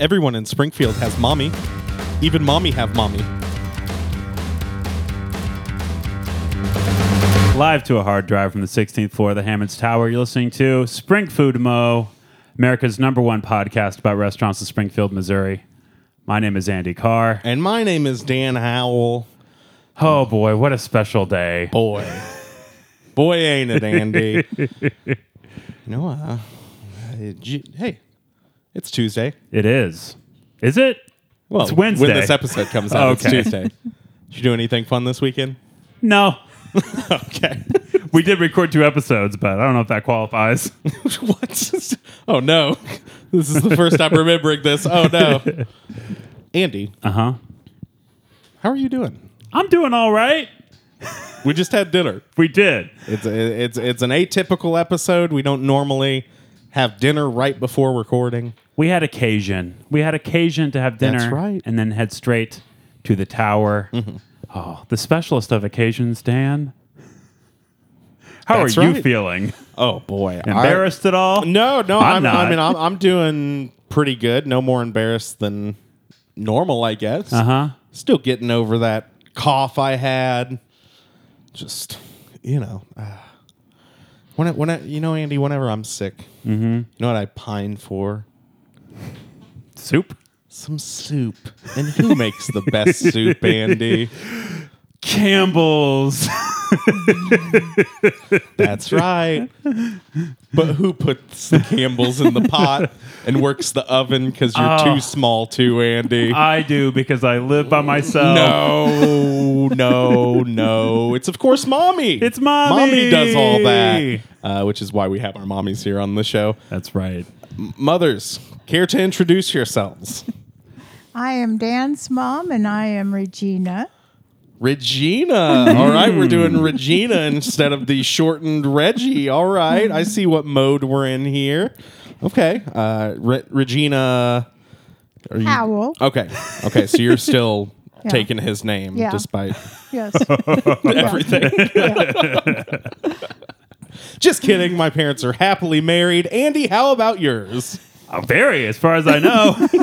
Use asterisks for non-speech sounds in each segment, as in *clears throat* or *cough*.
everyone in Springfield has mommy. Even mommy have mommy. *laughs* Live to a hard drive from the 16th floor of the Hammonds Tower, you're listening to Spring Food Mo, America's number one podcast about restaurants in Springfield, Missouri. My name is Andy Carr. And my name is Dan Howell. Oh boy, what a special day. Boy. Boy, ain't it, Andy. you know, uh, uh, gee- hey, it's Tuesday. It is. Is it? Well, It's Wednesday. When this episode comes out, it's Okay. Tuesday. Did you do anything fun *laughs* this weekend? No. Okay. We did record two episodes, but I don't know if that qualifies. *laughs* *laughs* what? oh, no. This is the first time remembering this. Oh, *laughs* no. Andy, Uh huh. how are you doing? I'm doing all right. We just had dinner. We did. It's it's it's an atypical episode. We don't normally have dinner right before recording. We had occasion. We had occasion to have dinner. That's right. Mm-hmm. And then head straight to the tower. Oh, the specialist of occasions, Dan. How That's are you right. feeling? Oh boy, Embarrassed at all? no, no. I'm I'm, i not. mean, I'm, I'm doing pretty good. No more embarrassed than normal, I guess. Uh huh. Still getting over that cough I had. Just you know, uh, when I, when I, you know, Andy, whenever I'm sick, mm-hmm. you know what I pine for? Soup. Some soup. And who makes the best soup, Andy? Campbell's. *laughs* That's right. But who puts the Campbell's in the pot and works the oven because you're Oh. too small to, Andy? I do because I live by myself. No, no, no. It's, of course, mommy. It's mommy. Mommy does all that, uh, which is why we have our mommies here on the show. That's right. Mothers, care to introduce yourselves? I am Dan's mom, and I am Regina. Regina. All right, we're doing Regina instead of the shortened Reggie. All right, I see what mode we're in here. Okay, uh, Re- Regina. Are you- Howell. Okay, okay, so you're still *laughs* Yeah. taking his name Yeah. despite Yes. everything. Just kidding. My parents are happily married. Andy, how about yours? Oh, very, as far as I know. *laughs*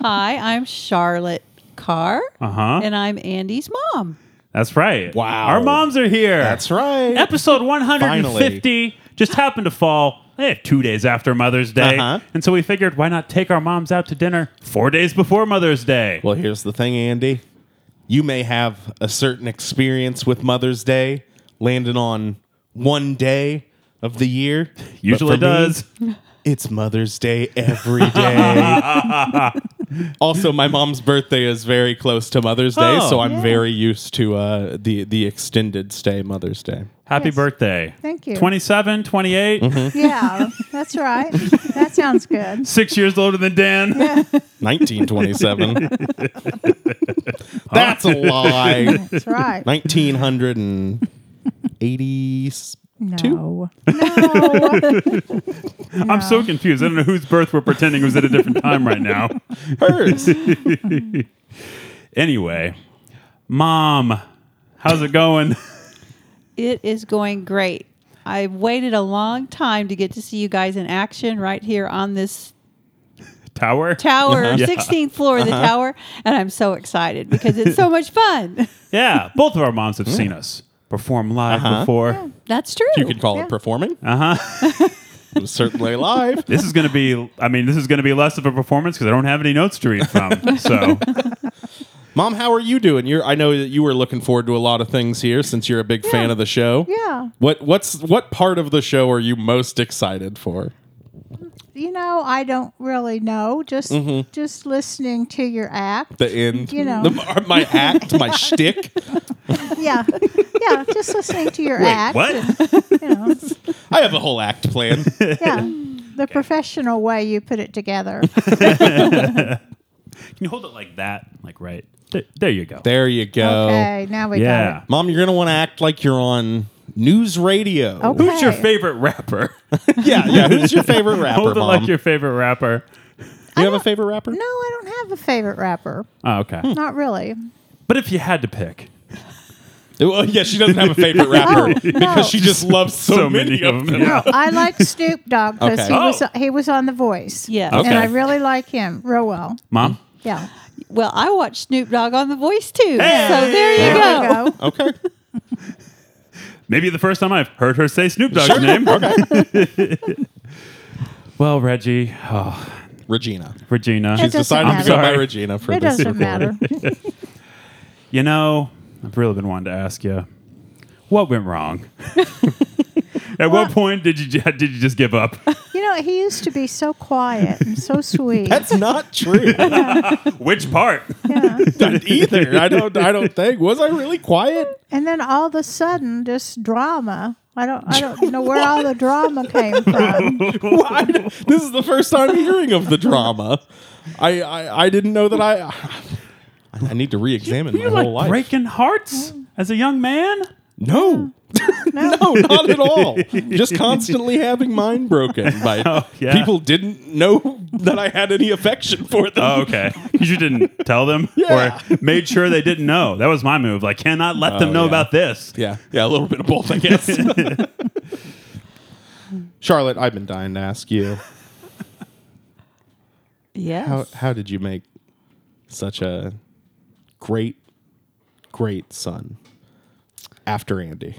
Hi, I'm Charlotte Carr, uh huh. and I'm Andy's mom. That's right. Wow. Our moms are here. That's right. episode 150 just happened to fall eh, two days after Mother's Day. Uh-huh. And so we figured why not take our moms out to dinner four days before Mother's Day? Well, here's the thing, Andy. You may have a certain experience with Mother's Day landing on one day of the year. but Usually for me, does. it's Mother's Day every day. also, my mom's birthday is very close to Mother's Day, Oh. so I'm Yeah. very used to uh, the the extended stay Mother's Day. Happy Yes. birthday. Thank you. 27, 28, Mm-hmm. yeah, that's right. That sounds good. six years older than Dan. 1927. That's a lie. That's right. 1982. No. two? No. I'm so confused. I don't know whose birth we're pretending was at a different time right *laughs* now. Hers. Anyway, Mom, how's it going? *laughs* It is going great. I've waited a long time to get to see you guys in action right here on this Tower? tower, Yeah. 16th floor of the tower, and I'm so excited because it's so much fun. *laughs* yeah, both of our moms have Mm. seen us perform live Uh-huh. before. That's true. You could call Yeah. it performing. Uh huh. *laughs* it was certainly live. This is going to be, I mean, this is going to be less of a performance because I don't have any notes to read from. So Mom, how are you doing? You're, I know that you were looking forward to a lot of things here since you're a big fan of the show. Yeah. What what's what part of the show are you most excited for? You know, I don't really know. Just just listening to your act. The end. You know. The- my act, *laughs* my shtick. yeah. Yeah. Just listening to your act. what? You know. I have a whole act plan. Yeah. The professional way you put it together. Can you hold it like that? Like right. Th- There you go. There you go. Okay. Now we Yeah. Mom, you're gonna want to act like you're on news radio. got it. Okay. Who's your favorite rapper? Yeah, yeah. Who's your *laughs* favorite rapper, hold it Mom? like your favorite rapper. Do you have a favorite rapper? No, I don't have a favorite rapper. Oh, Ah, okay. Not really. But if you had to pick, Well, yeah, she doesn't have a favorite rapper *laughs* No, no. because she just loves so, many, of them. Yeah. I like *laughs* Snoop Dogg because Okay. he was Oh. he was on The Voice. Yeah. Okay. and I really like him real well. Mom? Yeah, Well, I watched Snoop Dogg on The Voice too. So there you there go. we go. Okay. Maybe the first time I've heard her say Snoop Dogg's name. *laughs* well, Reggie, oh, Regina. Regina, It doesn't Decided to matter. go by sorry. Regina for It this. doesn't matter. you know, I've really been wanting to ask you what went wrong. *laughs* At what point did you ju- did you just give up? You know, he used to be so quiet and *laughs* so sweet. That's not true Which part? yeah. either. I don't. I don't think. Was I really quiet? *laughs* And then all of a sudden, this drama. I don't. I don't know where *laughs* all the drama came from. Why? This is the first time hearing of the drama. I. I, I didn't know that I. I need to *laughs* re-examine Were you my like whole life. breaking hearts as a young man? No. *laughs* no, not at all. *laughs* Just constantly having mine broken by Oh, yeah. people didn't know that I had any affection for them. Oh, okay. Because you *laughs* didn't tell them Yeah. or made sure they didn't know. That was my move. Like, cannot let them Oh, know yeah. about this. Yeah, yeah, a little bit of both, *laughs* I guess. Charlotte, I've been dying to ask you Yes. how how did you make such a great great son after *laughs* Andy?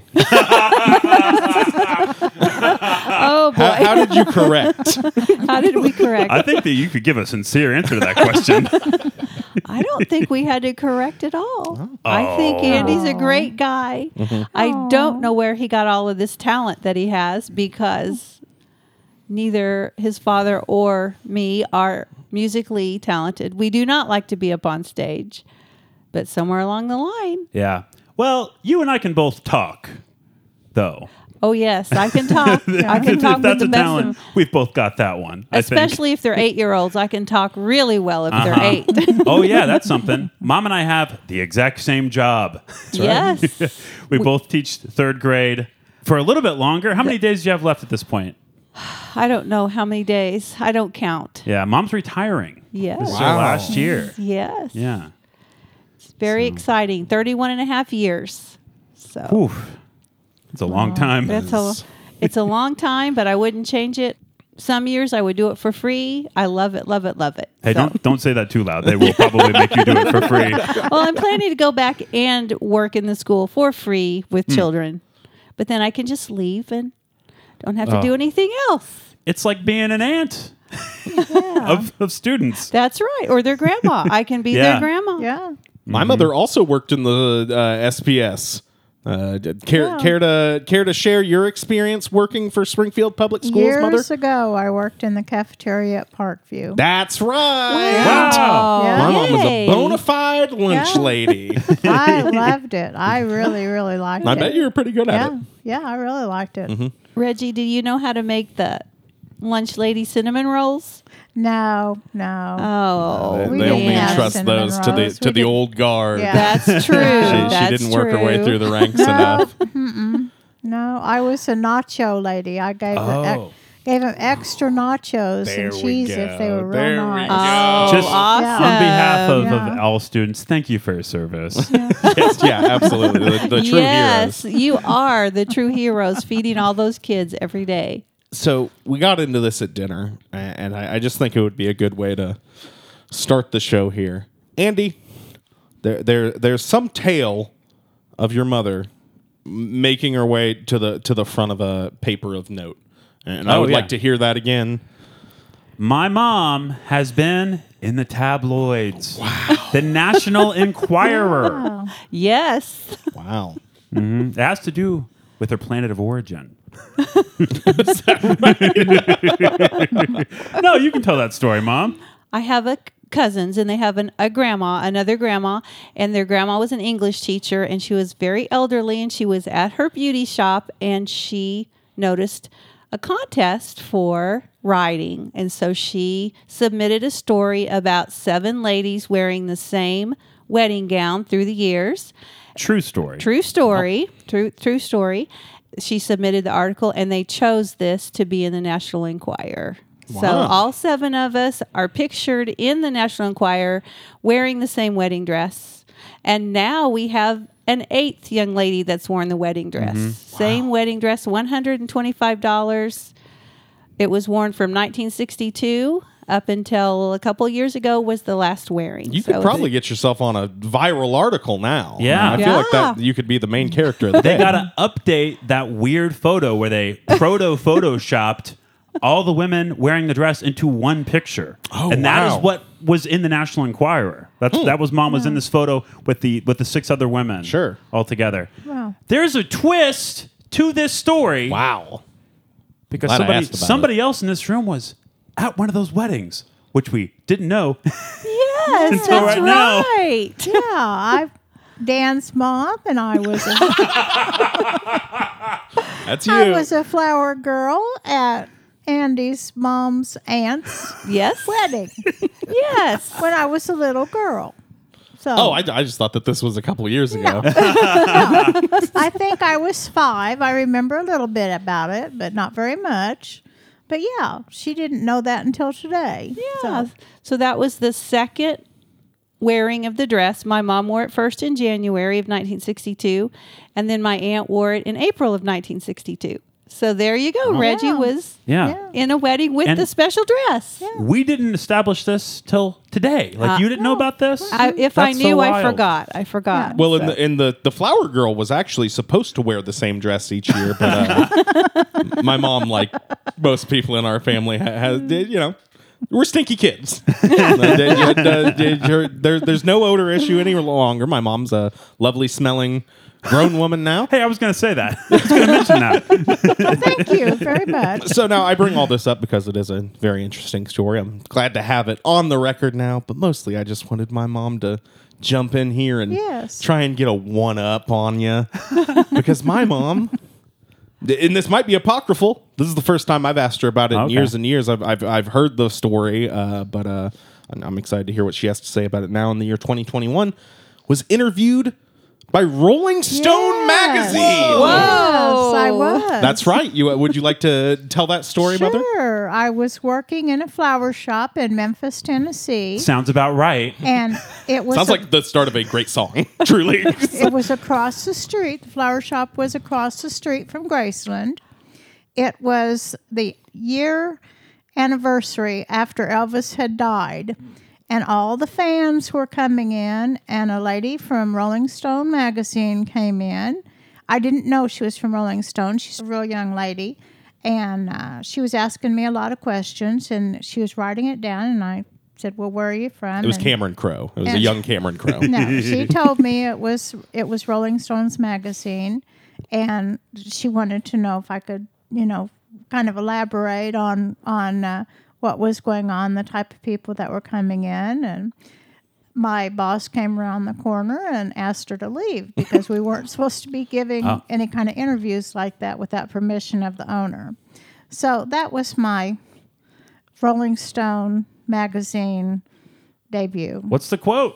oh boy. How, How, how did you *laughs* correct? did *laughs* we correct? I think that you could give a sincere answer to that *laughs* question. I don't think we had to correct *laughs* at all. Oh. I think Andy's a great guy. Mm-hmm. I don't know where he got all of this talent that he has because neither his father or me are musically talented. We do not like to be up on stage, but somewhere along the line, yeah. Well, you and I can both talk, though. oh yes, I *laughs* can talk. I can If talk with that's the a best of talent. We've both got that one. I think. Especially if they're eight year olds, I can talk really well if they're Uh-huh. eight. *laughs* oh yeah, *laughs* that's something. Mom and I have the exact same job. *laughs* yes. we both teach third grade for a little bit longer. How many days do you have left at this point? I don't know how many days. I don't count. Yeah, mom's retiring. Yes. This is her Wow. last year. Yes. Yeah. It's very exciting. 31 and a half years. So Oof. It's a long time. that's a, *laughs* it's a long time, but I wouldn't change it. Some years I would do it for free. I love it, love it, love it. Hey, So- don't don't say that too loud. They will probably make you do it for free. *laughs* well, I'm planning to go back and work in the school for free with Hmm. children, but then I can just leave and don't have to Oh. do anything else. It's like being an aunt of, of students. That's right. Or *laughs* their grandma. I can be Yeah. their grandma. Yeah, My mother also worked in the uh, SPS. Uh, did- care, Wow. care to care to share your experience working for Springfield Public *laughs* Schools, years mother? ago, I worked in the cafeteria at Parkview. That's right. Wow. Yeah. My mom was a Yay. bona fide lunch Yeah. *laughs* lady. *laughs* I loved it. I really, really liked I it. bet you Mm-hmm. were pretty good at yeah, yeah, I really liked it. Reggie, do you know how to make the lunch lady cinnamon rolls? No, no. Oh, it. we they didn't only have trust cinnamon those to the rolls. to We the did- old guard. Yeah. That's *laughs* true. She, she That's didn't work her way true. through the *laughs* ranks enough. No, I was a nacho lady. I gave the Oh. ex- gave them extra nachos There and we cheese if they go. were real There we nice. go. Oh, Just awesome. On behalf of, of Yeah. all students, thank you for your service. *laughs* yes, yeah, Uh, absolutely. The, the true yes, heroes. you are the true heroes feeding all those kids every day. So we got into this at dinner, a- and I, I just think it would be a good way to start the show here. Andy, there, there, there's some tale of your mother m- making her way to the to the front of a paper of note, and I Oh, would yeah. like to hear that again. My mom has been in the tabloids. Wow. The National Enquirer. Yes. Wow. It has to do with her planet of origin. *laughs* *laughs* no, you can tell that story, Mom. I have a c- cousins and they have an, a grandma, another grandma, and their grandma was an English teacher and she was very elderly and she was at her beauty shop and she noticed a contest for riding and so she submitted a story about seven ladies wearing the same wedding gown through the years True story. True story. Oh. True true story. She submitted the article and they chose this to be in the National Enquirer. So Wow. all seven of us are pictured in the National Enquirer wearing the same wedding dress. And now we have an eighth young lady that's worn the wedding Mm-hmm. dress. Same wedding dress, $125. It was worn from 1962 up until a couple years ago was the last wearing. You So could it's- probably get yourself on a viral article now. Yeah. I feel like that Yeah. you could be the main character of the They day. got to update that weird photo where they proto photoshopped all the women wearing the dress into one picture. Oh, and that is wow. Hmm. what was in the National Enquirer. That's that was mom was in this photo with the with the six other women. Sure. all together. Wow. There's a twist to this story wow. because Glad I somebody asked about somebody else in this room was at one of those weddings, which we didn't know. *laughs* Yes, Until that's right now. right. *laughs* *laughs* Yeah, I Dan's mom and I was a, That's I you. was a flower girl at Andy's mom's aunt's *laughs* Yes. wedding Yes. when I was a little girl. So oh, I, I just thought that this was a couple years ago. I think I was five. I remember a little bit about it, but not very much. But yeah, she didn't know that until today. Yeah. So that was the second wearing of the dress. My mom wore it first in January of 1962, and then my aunt wore it in April of 1962. So there you go. Reggie Wow. was Oh, yeah. Yeah. in a wedding with And- the special dress. We didn't establish this till today. Like Uh, you didn't know about this. I, if I That's so knew, I wild. forgot. I forgot. Well, in the in the the flower girl was actually supposed to wear the same dress each year, but uh, my mom, like most people in our family, ha- has did you know. We're stinky kids. *laughs* Uh, did- you- uh, did your- there- there's no odor issue any longer. My mom's a lovely smelling grown woman now. Hey, I was going to say *laughs* that. I was going to mention that. Thank *laughs* you very much. So now I bring all this up because it is a very interesting story. I'm glad to have it on the record now, but mostly I just wanted my mom to jump in here and Yes. try and get a one up on you *laughs* because my mom and this might be apocryphal. This is the first time I've asked her about it in Okay. years and years. I've I've, I've heard the story, uh, but uh, I'm- I'm excited to hear what she has to say about it now in the year 2021. Was interviewed by Rolling Stone Yes. magazine. Yes, I Whoa. was. That's right. You uh, would you like to tell that story, sure. mother? I was working in a flower shop in Memphis, Tennessee, Sounds about right. and it was Sounds a- like the start of a great *laughs* song. Truly. it was across the street. The flower shop was across the street from Graceland. It was the year anniversary after Elvis had died, and all the fans were coming in, and a lady from Rolling Stone magazine came in. I didn't know she was from Rolling Stone. She's a real young lady. And uh, she was asking me a lot of questions, and she was writing it down. And I said, "Well, where are you from?" It was And- Cameron Crowe. It was a And- young Cameron Crowe. no, she told me it was it was Rolling Stones magazine, and she wanted to know if I could, you know, kind of elaborate on on uh, what was going on, the type of people that were coming in, and my boss came around the corner and asked her to leave because we weren't supposed to be giving any kind of interviews like that without permission of the owner. So that was my Rolling Stone magazine debut. What's the *laughs* quote?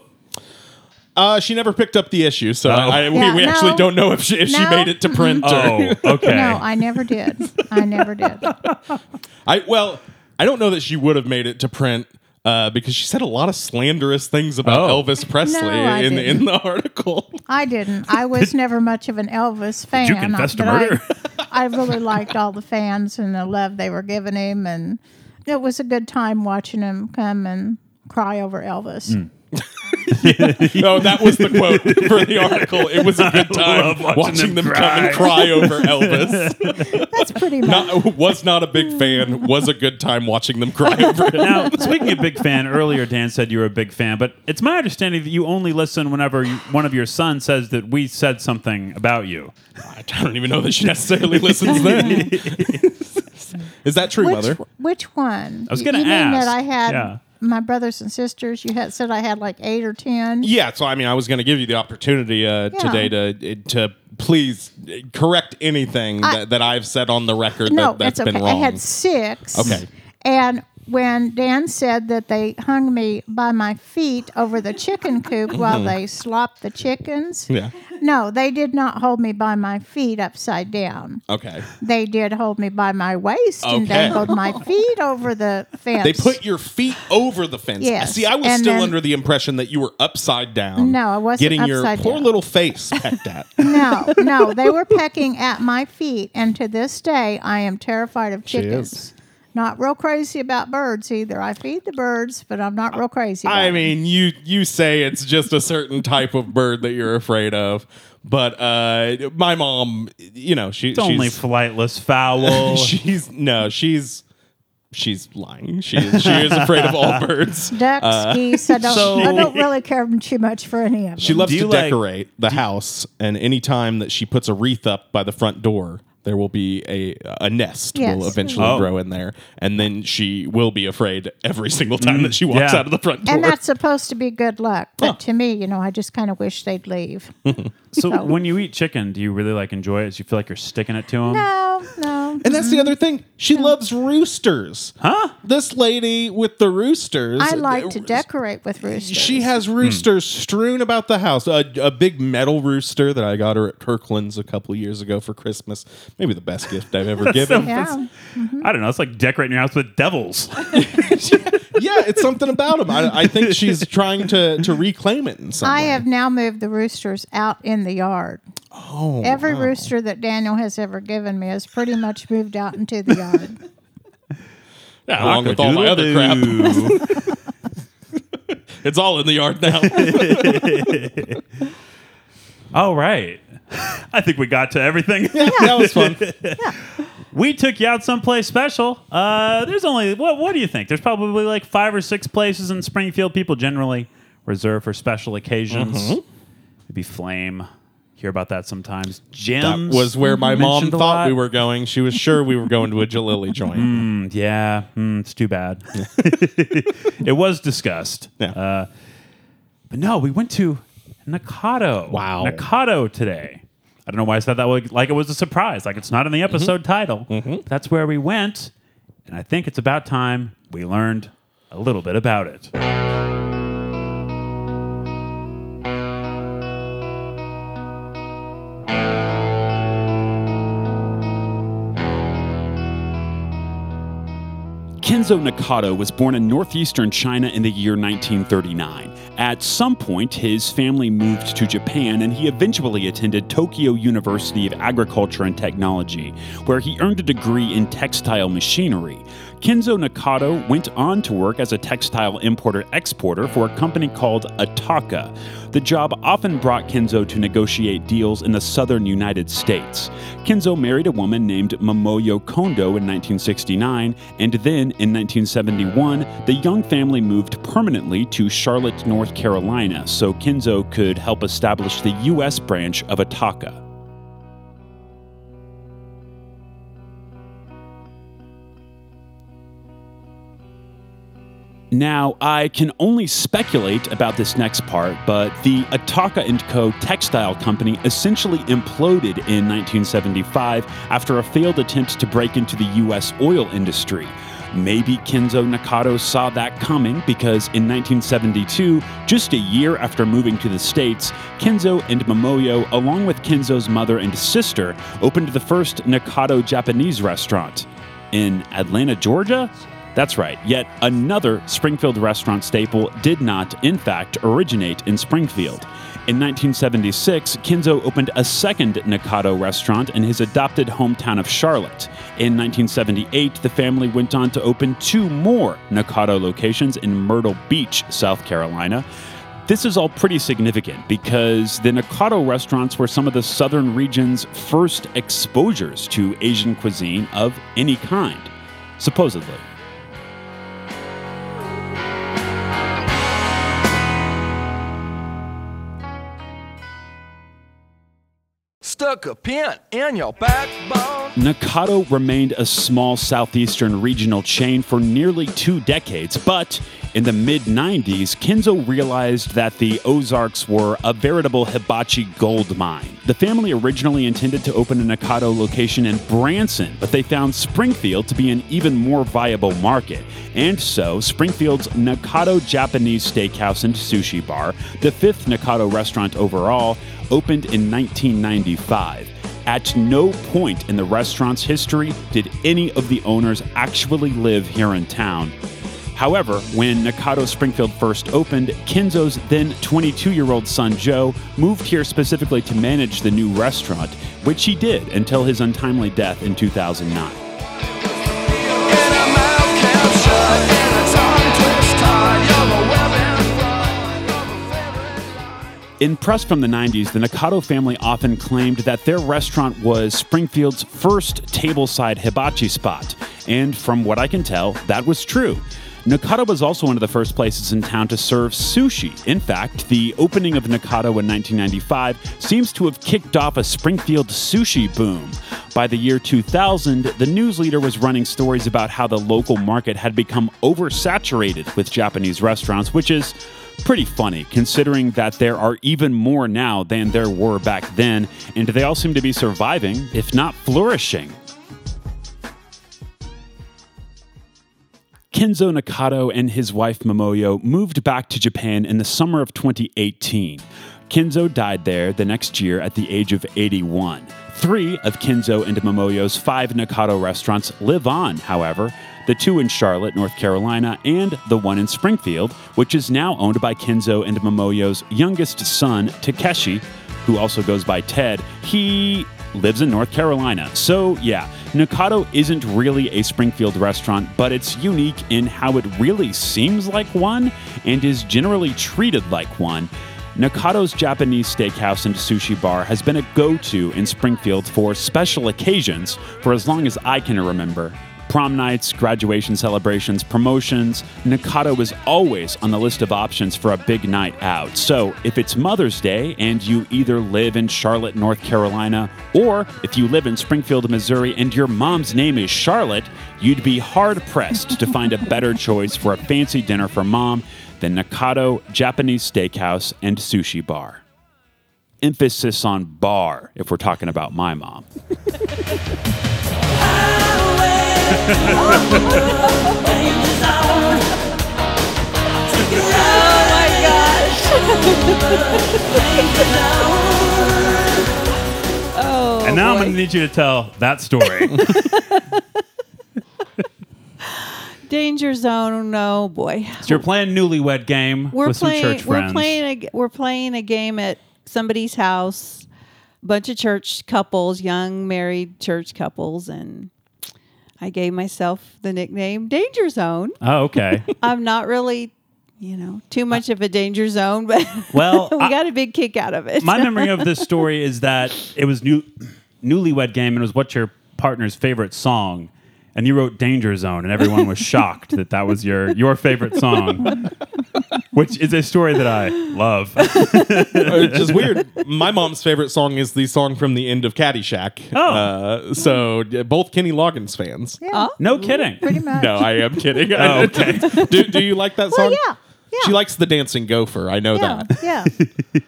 Uh, she never picked up the issue, so I, I- we, Yeah, we no. actually don't know if she, if she No. made it *laughs* to print. Or, Oh, okay. No, I never did. *laughs* I never did. I well, I don't know that she would have made it to print. Uh, because she said a lot of slanderous things about Oh. Elvis Presley No, I in, in didn't. the article. I didn't. I was never much of an Elvis fan. you confess to but I- murder? I, really liked all the fans and the love they were giving him, and it was a good time watching him come and cry over Elvis. Hmm. No, that was the quote for the article. It *laughs* was a good time love watching, watching them, them come and *laughs* cry over Elvis. That's pretty much. not, was not a big fan. Was a good time watching them cry *laughs* over it. now, speaking of big fan, earlier Dan said you were a big fan, but it's my understanding that you only listen whenever you, one of your sons says that we said something about you. I don't even know that she *laughs* necessarily listens then. *laughs* Is that true, Which, mother? which one? I was gonna you, you mean ask. that I had Yeah. my brothers and sisters. You had said I had like eight or ten. Yeah, so I mean, I was going to give you the opportunity uh, Yeah. today to to please correct anything that, that I've said on the record no, that, that's it's okay. been wrong. I had six. Okay. And when Dan said that they hung me by my feet over the chicken *laughs* coop while they slopped the chickens. Yeah. No, they did not hold me by my feet upside down. Okay. They did hold me by my waist and Okay. *laughs* dangled my feet over the fence. They put your feet over the fence. Yes. See, I was And still then- under the impression that you were upside down. No, I wasn't Getting your upside poor down. little face pecked at. *laughs* No, *laughs* no, they were pecking at my feet, and to this day, I am terrified of chickens. Not real crazy about birds either. I feed the birds, but I'm not real crazy. About I them. mean, you you say it's just a certain type of bird that you're afraid of, but uh, my mom, you know, she, It's only she's *laughs* flightless fowl. she's no, she's she's lying. She is, she is afraid *laughs* of all birds. ducks, geese. I don't, So- I don't really care too much for any of them. Uh, She loves Do to you like- decorate the house, and any time that she puts a wreath up by the front door, there will be a a nest Yes. will eventually Oh. grow in there, and then she will be afraid every single time that she walks yeah. out of the front door. and that's supposed to be good luck, but to me, you know, I just kind of wish they'd leave. Hmm. so when you eat chicken, do you really like enjoy it? Do you feel like you're sticking it to them? no, no. And that's the other thing. She loves roosters. Huh? This lady with the roosters. I like to uh, decorate with roosters. She has roosters strewn about the house. A, a big metal rooster that I got her at Kirkland's a couple years ago for Christmas. Maybe the best gift I've *laughs* ever given. Yeah. I don't know. It's like decorating your house with devils. yeah, it's something about him. I, I think *laughs* she's trying to to reclaim it in some I way. have now moved the roosters out in the yard. Oh, every rooster that Daniel has ever given me has pretty much moved out into the *laughs* yard. Yeah, *laughs* along with all my other crap. Cock-a-doodle-doo. It's all in the yard *laughs* *laughs* now. all right. *laughs* I think we got to everything. *laughs* that was *laughs* fun. we took you out someplace special. Uh, there's only what? What do you think? There's probably like five or six places in Springfield people generally reserve for special occasions. Mm-hmm. Maybe flame. Hear about that sometimes. That Gems was where my mom mentioned a thought lot. we were going. She was sure we were going to a Jalili joint. Mm, yeah, mm, it's too bad. *laughs* it was discussed. Yeah. Uh, but no, we went to Nakado. Wow. Nakado today. I don't know why I said that like like it was a surprise. Like it's not in the episode title. But That's where we went. And I think it's about time we learned a little bit about it. Kenzo Nakata was born in northeastern China in the year 1939. At some point, his family moved to Japan and he eventually attended Tokyo University of Agriculture and Technology, where he earned a degree in textile machinery. Kenzo Nakata went on to work as a textile importer exporter for a company called Ataka. The job often brought Kenzo to negotiate deals in the southern United States. Kenzo married a woman named Momoyo Kondo in 1969, and then in 1971, the young family moved permanently to Charlotte, North Carolina, so Kenzo could help establish the U.S. branch of Ataka. Now, I can only speculate about this next part, but the Ataka & Co. textile company essentially imploded in 1975 after a failed attempt to break into the U.S. oil industry. Maybe Kenzo Nakano saw that coming because in 1972, just a year after moving to the States, Kenzo and Momoyo, along with Kenzo's mother and sister, opened the first Nakado Japanese restaurant in Atlanta, Georgia? That's right, yet another Springfield restaurant staple did not, in fact, originate in Springfield. In 1976, Kinzo opened a second Nakado restaurant in his adopted hometown of Charlotte. In 1978, the family went on to open two more Nakado locations in Myrtle Beach, South Carolina. This is all pretty significant because the Nakado restaurants were some of the southern region's first exposures to Asian cuisine of any kind, supposedly. Stuck a pin in your backbone. *laughs* Nakata remained a small southeastern regional chain for nearly two decades, but in the mid 90s, Kenzo realized that the Ozarks were a veritable hibachi gold mine. The family originally intended to open a Nakata location in Branson, but they found Springfield to be an even more viable market. And so, Springfield's Nakata Japanese Steakhouse and Sushi Bar, the fifth Nakata restaurant overall, opened in 1995. At no point in the restaurant's history did any of the owners actually live here in town. However, when Nakata Springfield first opened, Kenzo's then 22 year old son Joe moved here specifically to manage the new restaurant, which he did until his untimely death in 2009. And a mouth can't shut, and a tongue twist tied. You're a web and fraud. You're a feminine lie. In press from the 90s, the Nakano family often claimed that their restaurant was Springfield's first tableside hibachi spot. And from what I can tell, that was true. Nakata was also one of the first places in town to serve sushi. In fact, the opening of Nakata in 1995 seems to have kicked off a Springfield sushi boom. By the year 2000, the news leader was running stories about how the local market had become oversaturated with Japanese restaurants, which is pretty funny considering that there are even more now than there were back then, and they all seem to be surviving, if not flourishing. Kenzo Nakato and his wife Momoyo moved back to Japan in the summer of 2018. Kenzo died there the next year at the age of 81. Three of Kenzo and Momoyo's five Nakato restaurants live on, however the two in Charlotte, North Carolina, and the one in Springfield, which is now owned by Kenzo and Momoyo's youngest son, Takeshi, who also goes by Ted. He lives in North Carolina. So, yeah, Nakato isn't really a Springfield restaurant, but it's unique in how it really seems like one and is generally treated like one. Nakato's Japanese steakhouse and sushi bar has been a go to in Springfield for special occasions for as long as I can remember. Prom nights, graduation celebrations, promotions, Nakato is always on the list of options for a big night out. So, if it's Mother's Day and you either live in Charlotte, North Carolina, or if you live in Springfield, Missouri, and your mom's name is Charlotte, you'd be hard pressed to find a better choice for a fancy dinner for mom than Nakato Japanese Steakhouse and Sushi Bar. Emphasis on bar, if we're talking about my mom. and now I'm going to need you to tell that story. Danger zone. oh No boy. So you're playing newlywed game We're with playing. some church we're friends. playing. A, g- we're playing a game at somebody's house. Bunch of church couples, young married church couples, and I gave myself the nickname Danger Zone. oh, *laughs* okay. I'm not really, you know, too much of a danger zone, *laughs* but Well, we I- got a big kick out of it. *laughs* My memory of this story is that it was new newlywed game and it was what's your partner's favorite song, and you wrote Danger Zone, and everyone was shocked that that was your your favorite *laughs* song, which is a story that I love. *laughs* Which is weird. My mom's favorite song is the song from the end of Caddyshack. Oh. Uh, so yeah, both Kenny Loggins fans. Yeah, no kidding. pretty much. No, I am kidding. Oh, *laughs* okay. do, do you like that Well, song? yeah, yeah. She likes the dancing gopher. I know yeah, that. yeah.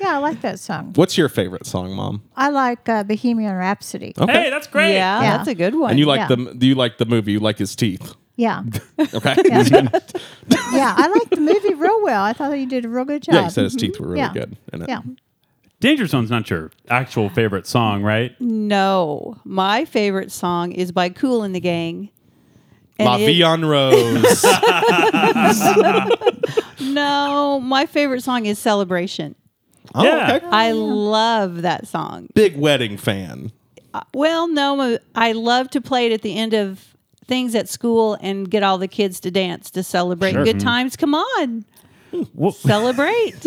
yeah, I like that song. What's your favorite song, Mom? I like uh, Bohemian Rhapsody. Okay. Hey, that's great. yeah, Yeah. that's a good one. and you like Uh, yeah. the do you like the movie? You like his *laughs* teeth. Yeah, Okay. *laughs* Yeah. yeah. I like the movie real well. I thought you did a real good job. Yeah, he said his teeth were really Yeah. good. in it. Yeah. Danger Zone's not your actual favorite song, right? no, my favorite song is by Cool and the Gang. And La it- Vie en *laughs* Rose. No, my favorite song is Celebration. oh, Yeah. okay. I love that song. Big wedding fan. Well, no, m- I love to play it at the end of things at school and get all the kids to dance to celebrate good Mm-hmm. times. *laughs* Come on, Well, celebrate.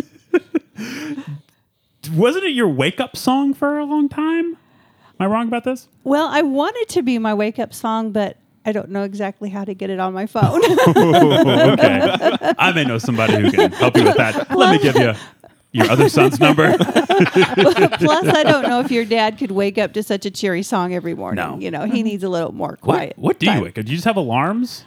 wasn't it your wake up song for a long time? Am I wrong about this? Well, I want it to be my wake up song, but I don't know exactly how to get it on *laughs* my phone. okay. I may know somebody who can help you with that. Let me give you your other son's number. Plus, I don't know if your dad could wake up to such a cheery song every morning. No. Mm-hmm. You know, he needs a little more quiet. What, what do you time. wake up? Do you just have alarms?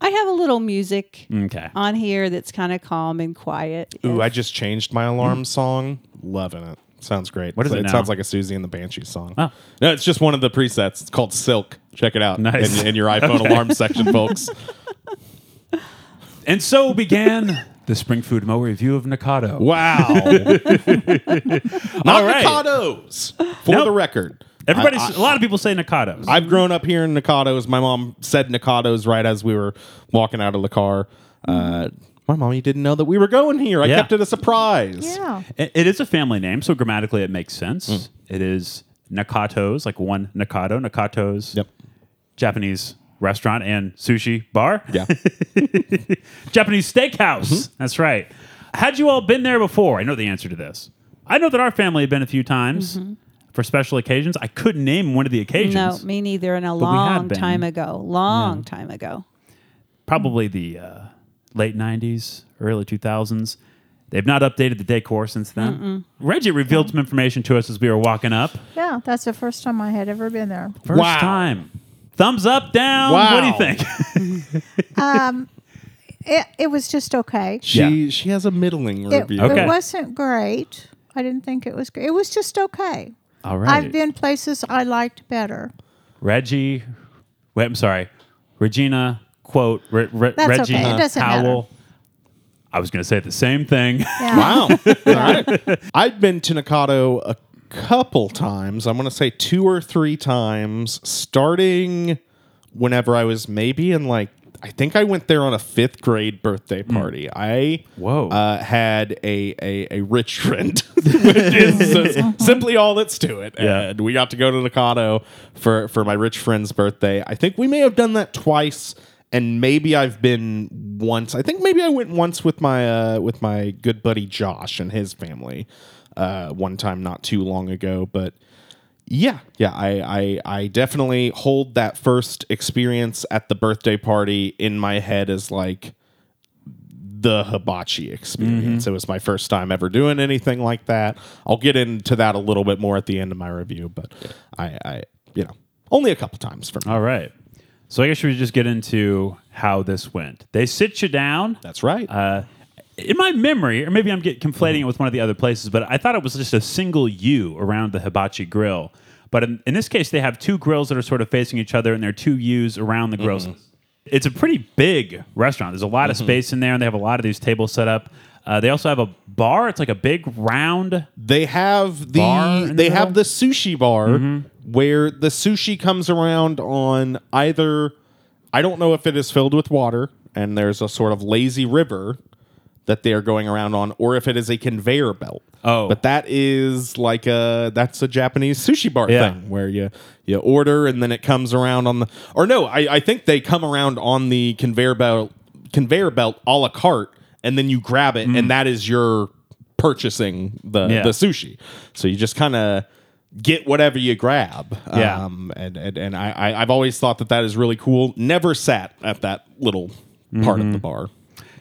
I have a little music Okay. on here that's kind of calm and quiet. Ooh, I Yes. just changed my alarm song. Loving it. Sounds great. Mm. What is So it now? sounds like a Susie and the Banshee song. Oh. No, it's just one of the presets. It's called Silk. Check it out. Nice. In, *laughs* in your iPhone alarm section, folks. And so began the Spring Food Mo review of Nakado. *laughs* Wow. Not All right. Nakatos, for Nope. the record. Everybody's I- I- a lot of people say Nakados. I've grown up here in Nakatos. My mom said Nakatos right as we were walking out of the car. Uh, my mommy didn't know that we were going here. I Yeah. kept it a surprise. Yeah. It- it is a family name, so grammatically it makes sense. It is Nakato's, like one Nakato, Nakato's Yep. Japanese restaurant and sushi bar. *laughs* Yeah. Japanese steakhouse. That's right. Had you all been there before? I know the answer to this. I know that our family had been a few times for special occasions. I couldn't name one of the occasions. No, me neither. And a we had long been. time ago. Long time ago. probably the uh, late 90s, early 2000s. They've not updated the decor since then. Reggie revealed some information to us as we were walking up. Yeah, that's the first time I had ever been there. First Wow. time. Thumbs up, down. What do you Wow. think? It, it was just okay. She she has a middling It, review. it Okay. wasn't great. I didn't think it was great. It was just okay. *laughs* All right. I've been places I liked better. Reggie, wait, I'm sorry. Regina, quote, Re- Re- That's Reggie okay. It doesn't Howell. I was going to say the same thing. *laughs* Yeah. Wow. *laughs* All right. I've been to Nakado a couple times. I'm going to say two or three times, starting whenever I was maybe in like, I think I went there on a fifth grade birthday party. I Hmm. Whoa. uh, had a, a, a rich friend, *laughs* which is uh, simply all that's to it. Yeah. And we got to go to Nakado for, for my rich friend's birthday. I think we may have done that twice. And maybe I've been once. I think maybe I went once with my uh, with my good buddy Josh and his family uh, one time not too long ago. But yeah, yeah, I, I I definitely hold that first experience at the birthday party in my head as like the hibachi experience. Mm-hmm. It was my first time ever doing anything like that. I'll get into that a little bit more at the end of my review, but I, I you know, only a couple times for me. All right. So I guess we just get into how this went. They sit you down. That's right. uh, in my memory, or maybe I'm get, conflating it with one of the other places, but I thought it was just a single U around the hibachi grill. But in, in this case, they have two grills that are sort of facing each other, and there are two U's around the grills. It's a pretty big restaurant. There's a lot of space in there, and they have a lot of these tables set up. Uh, they also have a bar. It's like a big round. they have the Bar in the they have middle? Mm-hmm. the sushi bar where the sushi comes around on either I don't know if it is filled with water and there's a sort of lazy river that they are going around on or if it is a conveyor belt. Oh. But that is like a that's a Japanese sushi bar Yeah. thing where you you order and then it comes around on the or no, I, I think they come around on the conveyor belt conveyor belt a la carte and then you grab it and that is your purchasing the Mm. Yeah. the sushi. So you just kind of get whatever you grab. Yeah. Um, and and, and I, I, I've always thought that that is really cool. Never sat at that little part Mm-hmm. of the bar.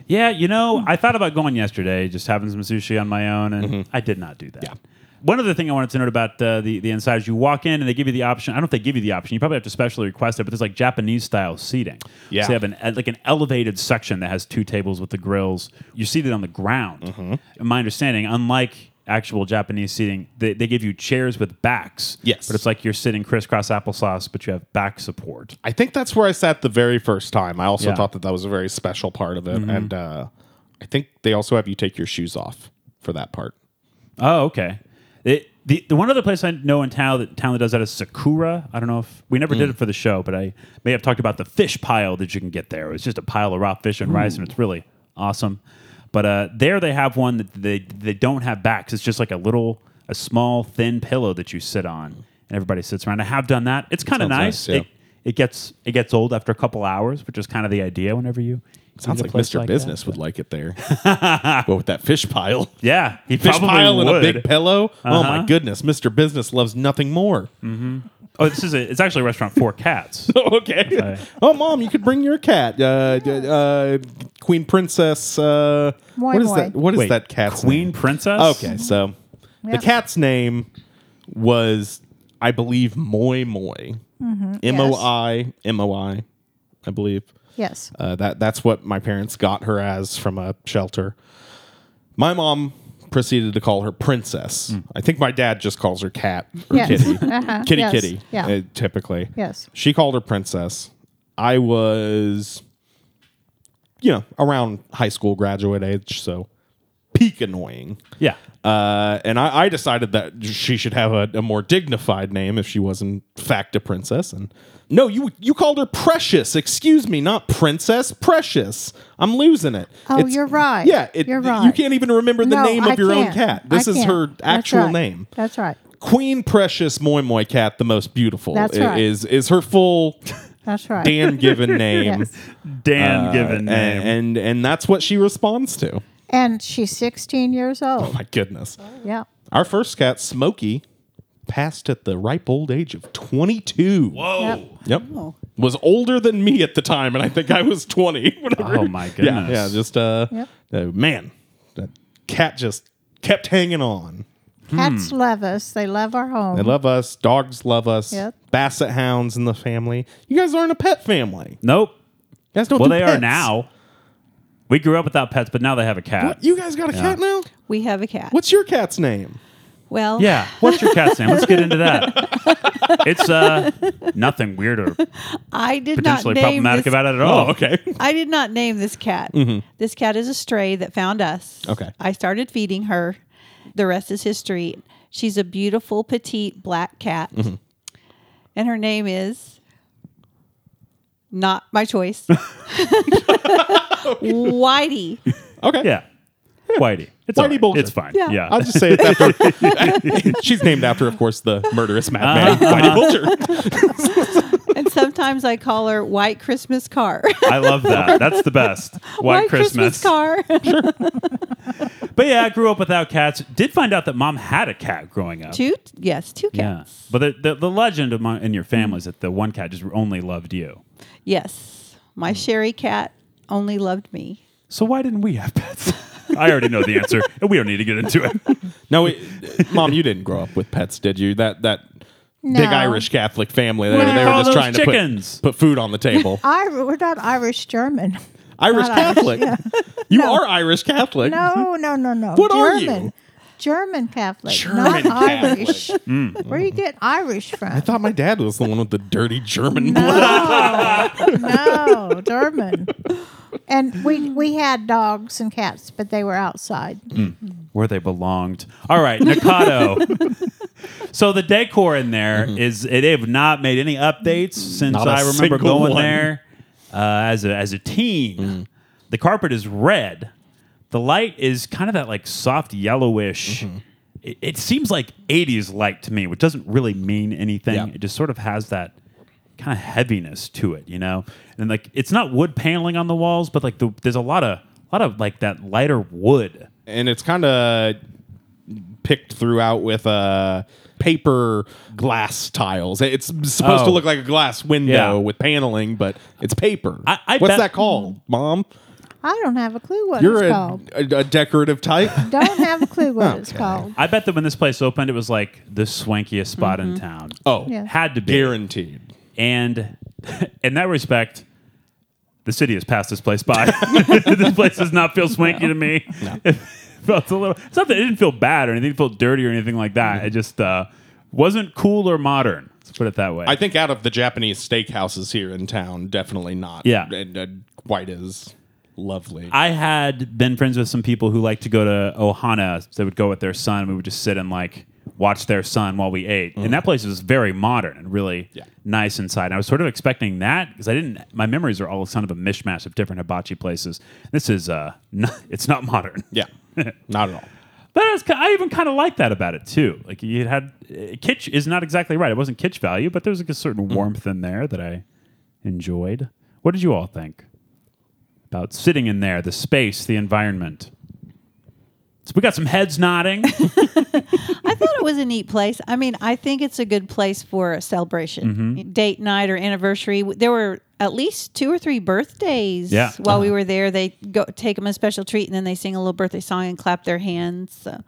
Yeah, you Hmm. know, I thought about going yesterday, just having some sushi on my own, and Mm-hmm. I did not do that. One other thing I wanted to note about uh, the the inside is you walk in and they give you the option. I don't know if they give you the option. You probably have to specially request it, but there's like Japanese style seating. Yeah. So they have an uh, like an elevated section that has two tables with the grills. You're seated on the ground. Mm-hmm. In my understanding, unlike actual Japanese seating, they, they give you chairs with backs. Yes. But it's like you're sitting crisscross applesauce, but you have back support. I think that's where I sat the very first time. I also Yeah. Mm-hmm. thought that that was a very special part of it. And uh, I think they also have you take your shoes off for that part. Oh, okay. It, the, the one other place I know in town that town that does that is Sakura. I don't know if we Mm. never did it for the show, but I may have talked about the fish pile that you can get there. It's just a pile of raw fish and rice, Mm. and it's really awesome. But uh, there they have one that they they don't have backs. It's just like a little a small thin pillow that you sit on, and everybody sits around. I have done that. It's kind of nice. Sounds nice, yeah. It it gets it gets old after a couple hours, which is kind of the idea. Whenever you eat Sounds at a like place Mr. like that. Business would like it there. *laughs* but with that fish pile. Yeah, he Fish probably pile would. and a big pillow. Oh Uh-huh. my goodness, Mr. Business loves nothing more. Oh, this is a, it's actually a restaurant for *laughs* cats. okay. Uh, Oh, mom, you could bring your cat. Uh, d- uh, Queen Princess. Uh, Moi what is Moi. that? What is Wait, that cat's Queen name? Princess? Okay, so the Yep. cat's name was, I believe, Moi Moi. M O I M O I, I believe. Yes. Uh, that that's what my parents got her as from a shelter. My mom proceeded to call her princess. I think my dad just calls her cat or Yes. kitty, *laughs* Uh-huh. kitty, Yes. kitty. Yeah. uh, typically, Yes. She called her princess. I was, you know, around high school graduate age, so peak annoying. Yeah. Uh, and I, I decided that she should have a, a more dignified name if she was in fact a princess. And no, you you called her Precious. Excuse me, not Princess. Precious. I'm losing it. Oh, you're right. Yeah, it, You're You right. can't even remember the No, name of I your own can't. cat. I This is can't. her That's actual right. name. That's right. Queen Precious Moi Moi Cat, the most beautiful. That's i- right. Is is her *laughs* full That's right. damn given name. Yes. Dan given Uh, And, *laughs* name. and and that's what she responds to. And she's 16 years old. My goodness. Yeah. Our first cat, Smokey, passed at the ripe old age of 22. Whoa. Yep. Yep. Oh. Was older than me at the time, and I think I was 20. whenever- Oh, my Yeah, goodness. yeah just, uh, Yep. uh, man, that cat just kept hanging on. Cats love us. They love our home. Hmm. They love us. Dogs love us. Yep. Basset hounds in the family. You guys aren't a pet family. Nope. You guys don't Well, do they are pets. now. We grew up without pets, but now they have a cat. What? You guys got a cat now? We have a cat. What's your cat's name? Well, Yeah. What's your cat's name? Let's get into that. *laughs* It's uh nothing weird or I did not potentially name problematic this. about it Mm-hmm. at all. Oh, okay. *laughs* I did not name this cat. This cat is a stray that found us. Okay. I started feeding her. The rest is history. She's a beautiful petite black cat. Mm-hmm. And her name is not *laughs* my choice. *laughs* Whitey. Okay. Yeah. Whitey. It's Whitey all right. bullshit. It's fine. Yeah. Yeah. I'll just say it after. She's named after, *laughs* of course, the murderous madman, Uh-huh. Whitey *laughs* Bulger. And sometimes I call her White Christmas Car. I love *laughs* that. That's the best. *laughs* White, Christmas. Car. *laughs* But yeah, I grew up without cats. Did find out that mom had a cat growing up. two yes, two Yeah. cats. But the, the, the legend among, in your family is that the one cat just only loved you. Yes. My Sherry cat only loved me. So why didn't we have pets? I already know the answer, and we don't need to get into it. No, wait, mom, you didn't grow up with pets, did you? That that No. big Irish Catholic family. They, What do they you were call just those trying chickens? to put, put food on *laughs* the table. I, we're not Irish German. Irish Not Irish, Catholic. You are Irish Catholic. *laughs* No, no, no, no. What are German. you? German Catholic, German not Catholic. Irish. Where you get Irish from? I thought my dad was the one with the dirty German blood. no, no, *laughs* German. And we we had dogs and cats, but they were outside. where they belonged. All right, *laughs* Nakano. so the decor in there is they have not made any updates since Mm-hmm. Not a I remember single going one. Mm-hmm. there uh, as a as a teen. The carpet is red. The light is kind of that like soft yellowish. Mm-hmm. It, it seems like 80s light to me, which doesn't really mean anything. Yeah. It just sort of has that kind of heaviness to it, you know. And like it's not wood paneling on the walls, but like the, there's a lot of lot of like that lighter wood. And it's kind of picked throughout with Uh, Paper glass tiles. It's supposed to Oh. look like a glass window Yeah. with paneling, but it's paper. I- I What's bet- that called, Mom? I don't have a clue what You're it's a, called. a, a *laughs* decorative type. Don't have a clue what it's called. I bet that when this place opened, it was like the swankiest spot in town. Oh, Yeah. Had to be. guaranteed. And *laughs* in that respect, the city has passed this place by. *laughs* *laughs* this place does not feel swanky to me. *laughs* It felt a little. It's not that it didn't feel bad or anything, it felt dirty or anything like that. It just uh, wasn't cool or modern. Let's put it that way. I think out of the Japanese steakhouses here in town, definitely not. Yeah. and, uh, white is lovely. I had been friends with some people who liked to go to Ohana. They would go with their son. We would just sit and like watch their son while we ate. And that place was very modern and really Yeah. nice inside. And I was sort of expecting that because I didn't. My memories are all kind of a mishmash of different hibachi places. This is uh, *laughs* not, it's not modern. *laughs* yeah, not at all. But it's, ki- I even kind of like that about it too. Like you had uh, kitsch is not exactly right. It wasn't kitsch value, but there was like a certain warmth in there that I enjoyed. What did you all think about sitting in there, the space, the environment? So we got some heads *laughs* nodding. I thought it was a neat place. I mean, I think it's a good place for a celebration, Mm-hmm. date night or anniversary. There were at least two or three birthdays Yeah. while Uh-huh. we were there. They go take them a special treat and then they sing a little birthday song and clap their hands. So,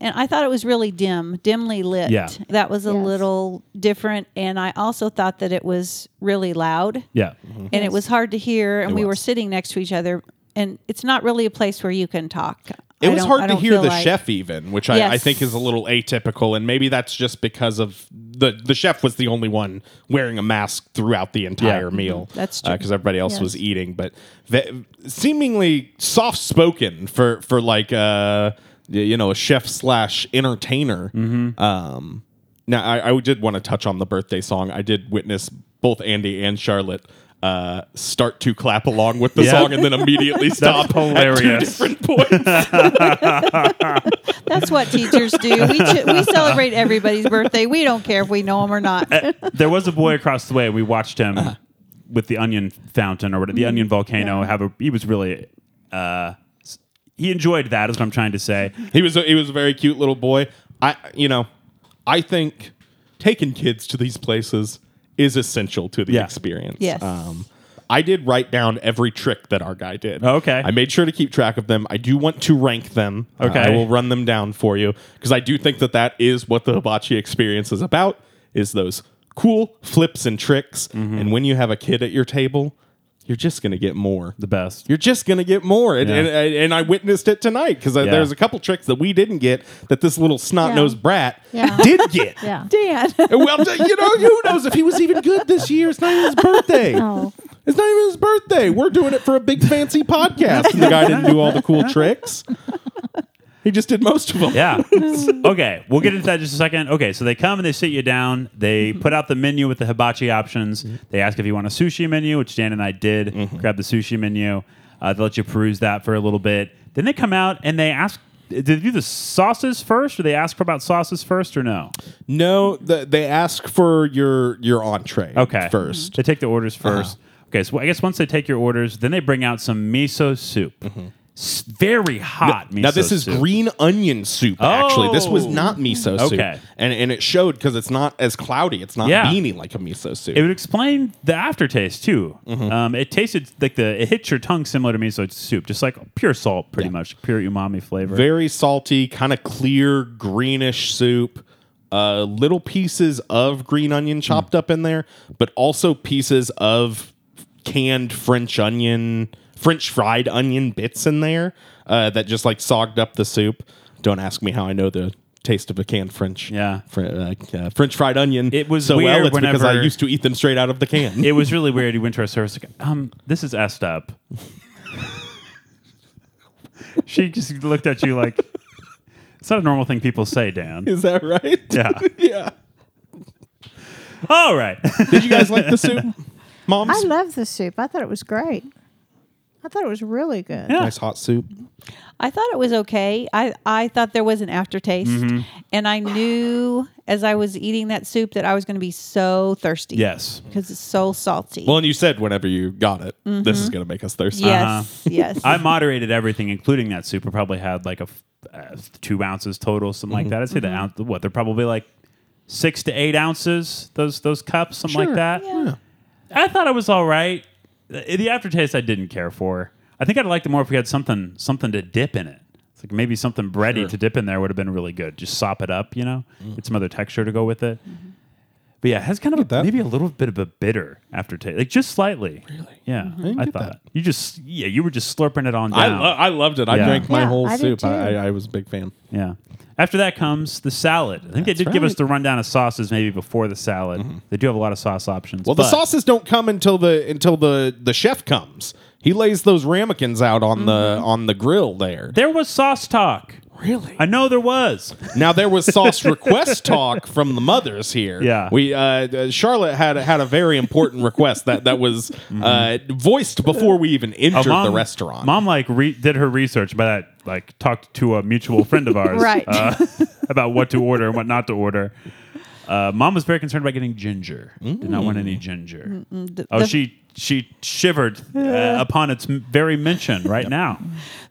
and I thought it was really dim, dimly lit. Yeah. That was a Yes. little different. And I also thought that it was really loud yeah. Mm-hmm. and it was hard to hear. And we were was. sitting next to each other. And it's not really a place where you can talk. It I was don't- I hard to don't hear feel the like- chef even, which I, I Yes. think is a little atypical, and maybe that's just because of the the chef was the only one wearing a mask throughout the entire meal. Mm-hmm. That's true. because everybody else Yes. was eating, but the, seemingly soft spoken for for like uh y- you know a chef slash entertainer. Mm-hmm. Um, now I, I did want to touch on the birthday song. I did witness both Andy and Charlotte. Uh, start to clap along with the Yeah. song and *laughs* then immediately stop. At two hilarious. different points. That's what teachers do. We, ch- we celebrate everybody's birthday. We don't care if we know them or not. there was a boy across the way. We watched him with the onion fountain or whatever, the onion volcano. Have a, he was really. Uh, s- he enjoyed that, is what I'm trying to say. He was a, he was a very cute little boy. I you know, I think taking kids to these places is essential to the Yeah. experience. Um, Yes. I did write down every trick that our guy did. Oh, Okay. I made sure to keep track of them. I do want to rank them. Uh, Okay. I will run them down for you because I do think that that is what the hibachi experience is about is those cool flips and tricks. Mm-hmm. And when you have a kid at your table, you're just going to get more The best. you're just going to get more. And, Yeah. and, and I witnessed it tonight because Yeah. there's a couple tricks that we didn't get that this little snot nosed Yeah. brat Yeah. did get. Yeah. Dan. *laughs* Well, d- you know, who knows if he was even good this year? It's not even his birthday. No. It's not even his birthday. We're doing it for a big fancy podcast. And the guy didn't do all the cool tricks. He just did most of them. *laughs* Yeah. okay. We'll get into that in just a second. Okay. So they come and they sit you down. They Mm-hmm. put out the menu with the hibachi options. They ask if you want a sushi menu, which Dan and I did. Mm-hmm. Grab the sushi menu. Uh, they let you peruse that for a little bit. Then they come out and they ask. Did they do the sauces first, or they ask for about sauces first, or no? No, the, they ask for your your entree Okay. 1st They take the orders Uh-huh. 1st Okay, so I guess once they take your orders, then they bring out some miso soup. S- very hot miso Mm-hmm. Now this is soup. green onion soup. Actually, this was Oh. not miso soup. Okay. and and it showed because it's not as cloudy. It's not Yeah. beany like a miso soup. It would explain the aftertaste too. Mm-hmm. Um, it tasted like the it hit your tongue similar to miso soup, just like pure salt, pretty much pure umami flavor. Very salty, kind of clear, greenish soup. Uh, little pieces of green onion chopped Mm. up in there, but also pieces of canned French onion, French fried onion bits in there uh, that just like sogged up the soup. Don't ask me how I know the taste of a canned French, Yeah. fr- uh, uh, French fried onion. It was so well. weird It's because I whenever- used to eat them straight out of the can. it was really weird. He went to our service like, um, this is effed up. *laughs* she just looked at you like, it's not a normal thing people say, Dan. *laughs* Is that right? Yeah. *laughs* yeah. All right. Did you guys like *laughs* the soup, moms? I love the soup. I thought it was great. I thought it was really good. Yeah. nice hot soup. I thought it was okay. I, I thought there was an aftertaste. And I knew as I was eating that soup that I was going to be so thirsty. yes. Because it's so salty. Well, and you said whenever you got it, this Mm-hmm. is going to make us thirsty. yes. Yes. I moderated everything, including that soup. I probably had like a f- uh, two ounces total, something like that. I'd say the ounce, what they're probably like six to eight ounces. Those those cups, something like Sure, that. yeah. I thought it was all right. The the aftertaste I didn't care for. I think I'd liked it more if we had something something to dip in it. It's like maybe something bready to dip in there would have been really good. Just sop it up, you know, get some other texture to go with it. But yeah, it has kind of a, Mm-hmm. that. maybe a little bit of a bitter aftertaste, like just slightly. Really? Yeah, I, Mm-hmm. get thought that. you just yeah you were just slurping it on down. I, lo- I loved it. I Yeah. drank my Yeah, whole I did soup. too. I, I, I was a big fan. Yeah. After that comes the salad. I think they did give us right. the rundown of sauces maybe before the salad. They do have a lot of sauce options. Well, the but- sauces don't come until the until the the chef comes. He lays those ramekins out on Mm-hmm. the on the grill there. There was sauce talk. Really? I know there was. Now there was sauce request talk from the mothers here. Yeah. we uh, uh, Charlotte had had a very important request that that was uh, voiced before we even entered Uh, the restaurant. Mom like re- did her research by that like talked to a mutual friend of ours *laughs* Right. uh, about what to order and what not to order. Uh, Mom was very concerned about getting ginger. Did not want any Mm. ginger. Oh, the- she she shivered *laughs* uh, upon its m- very mention right now.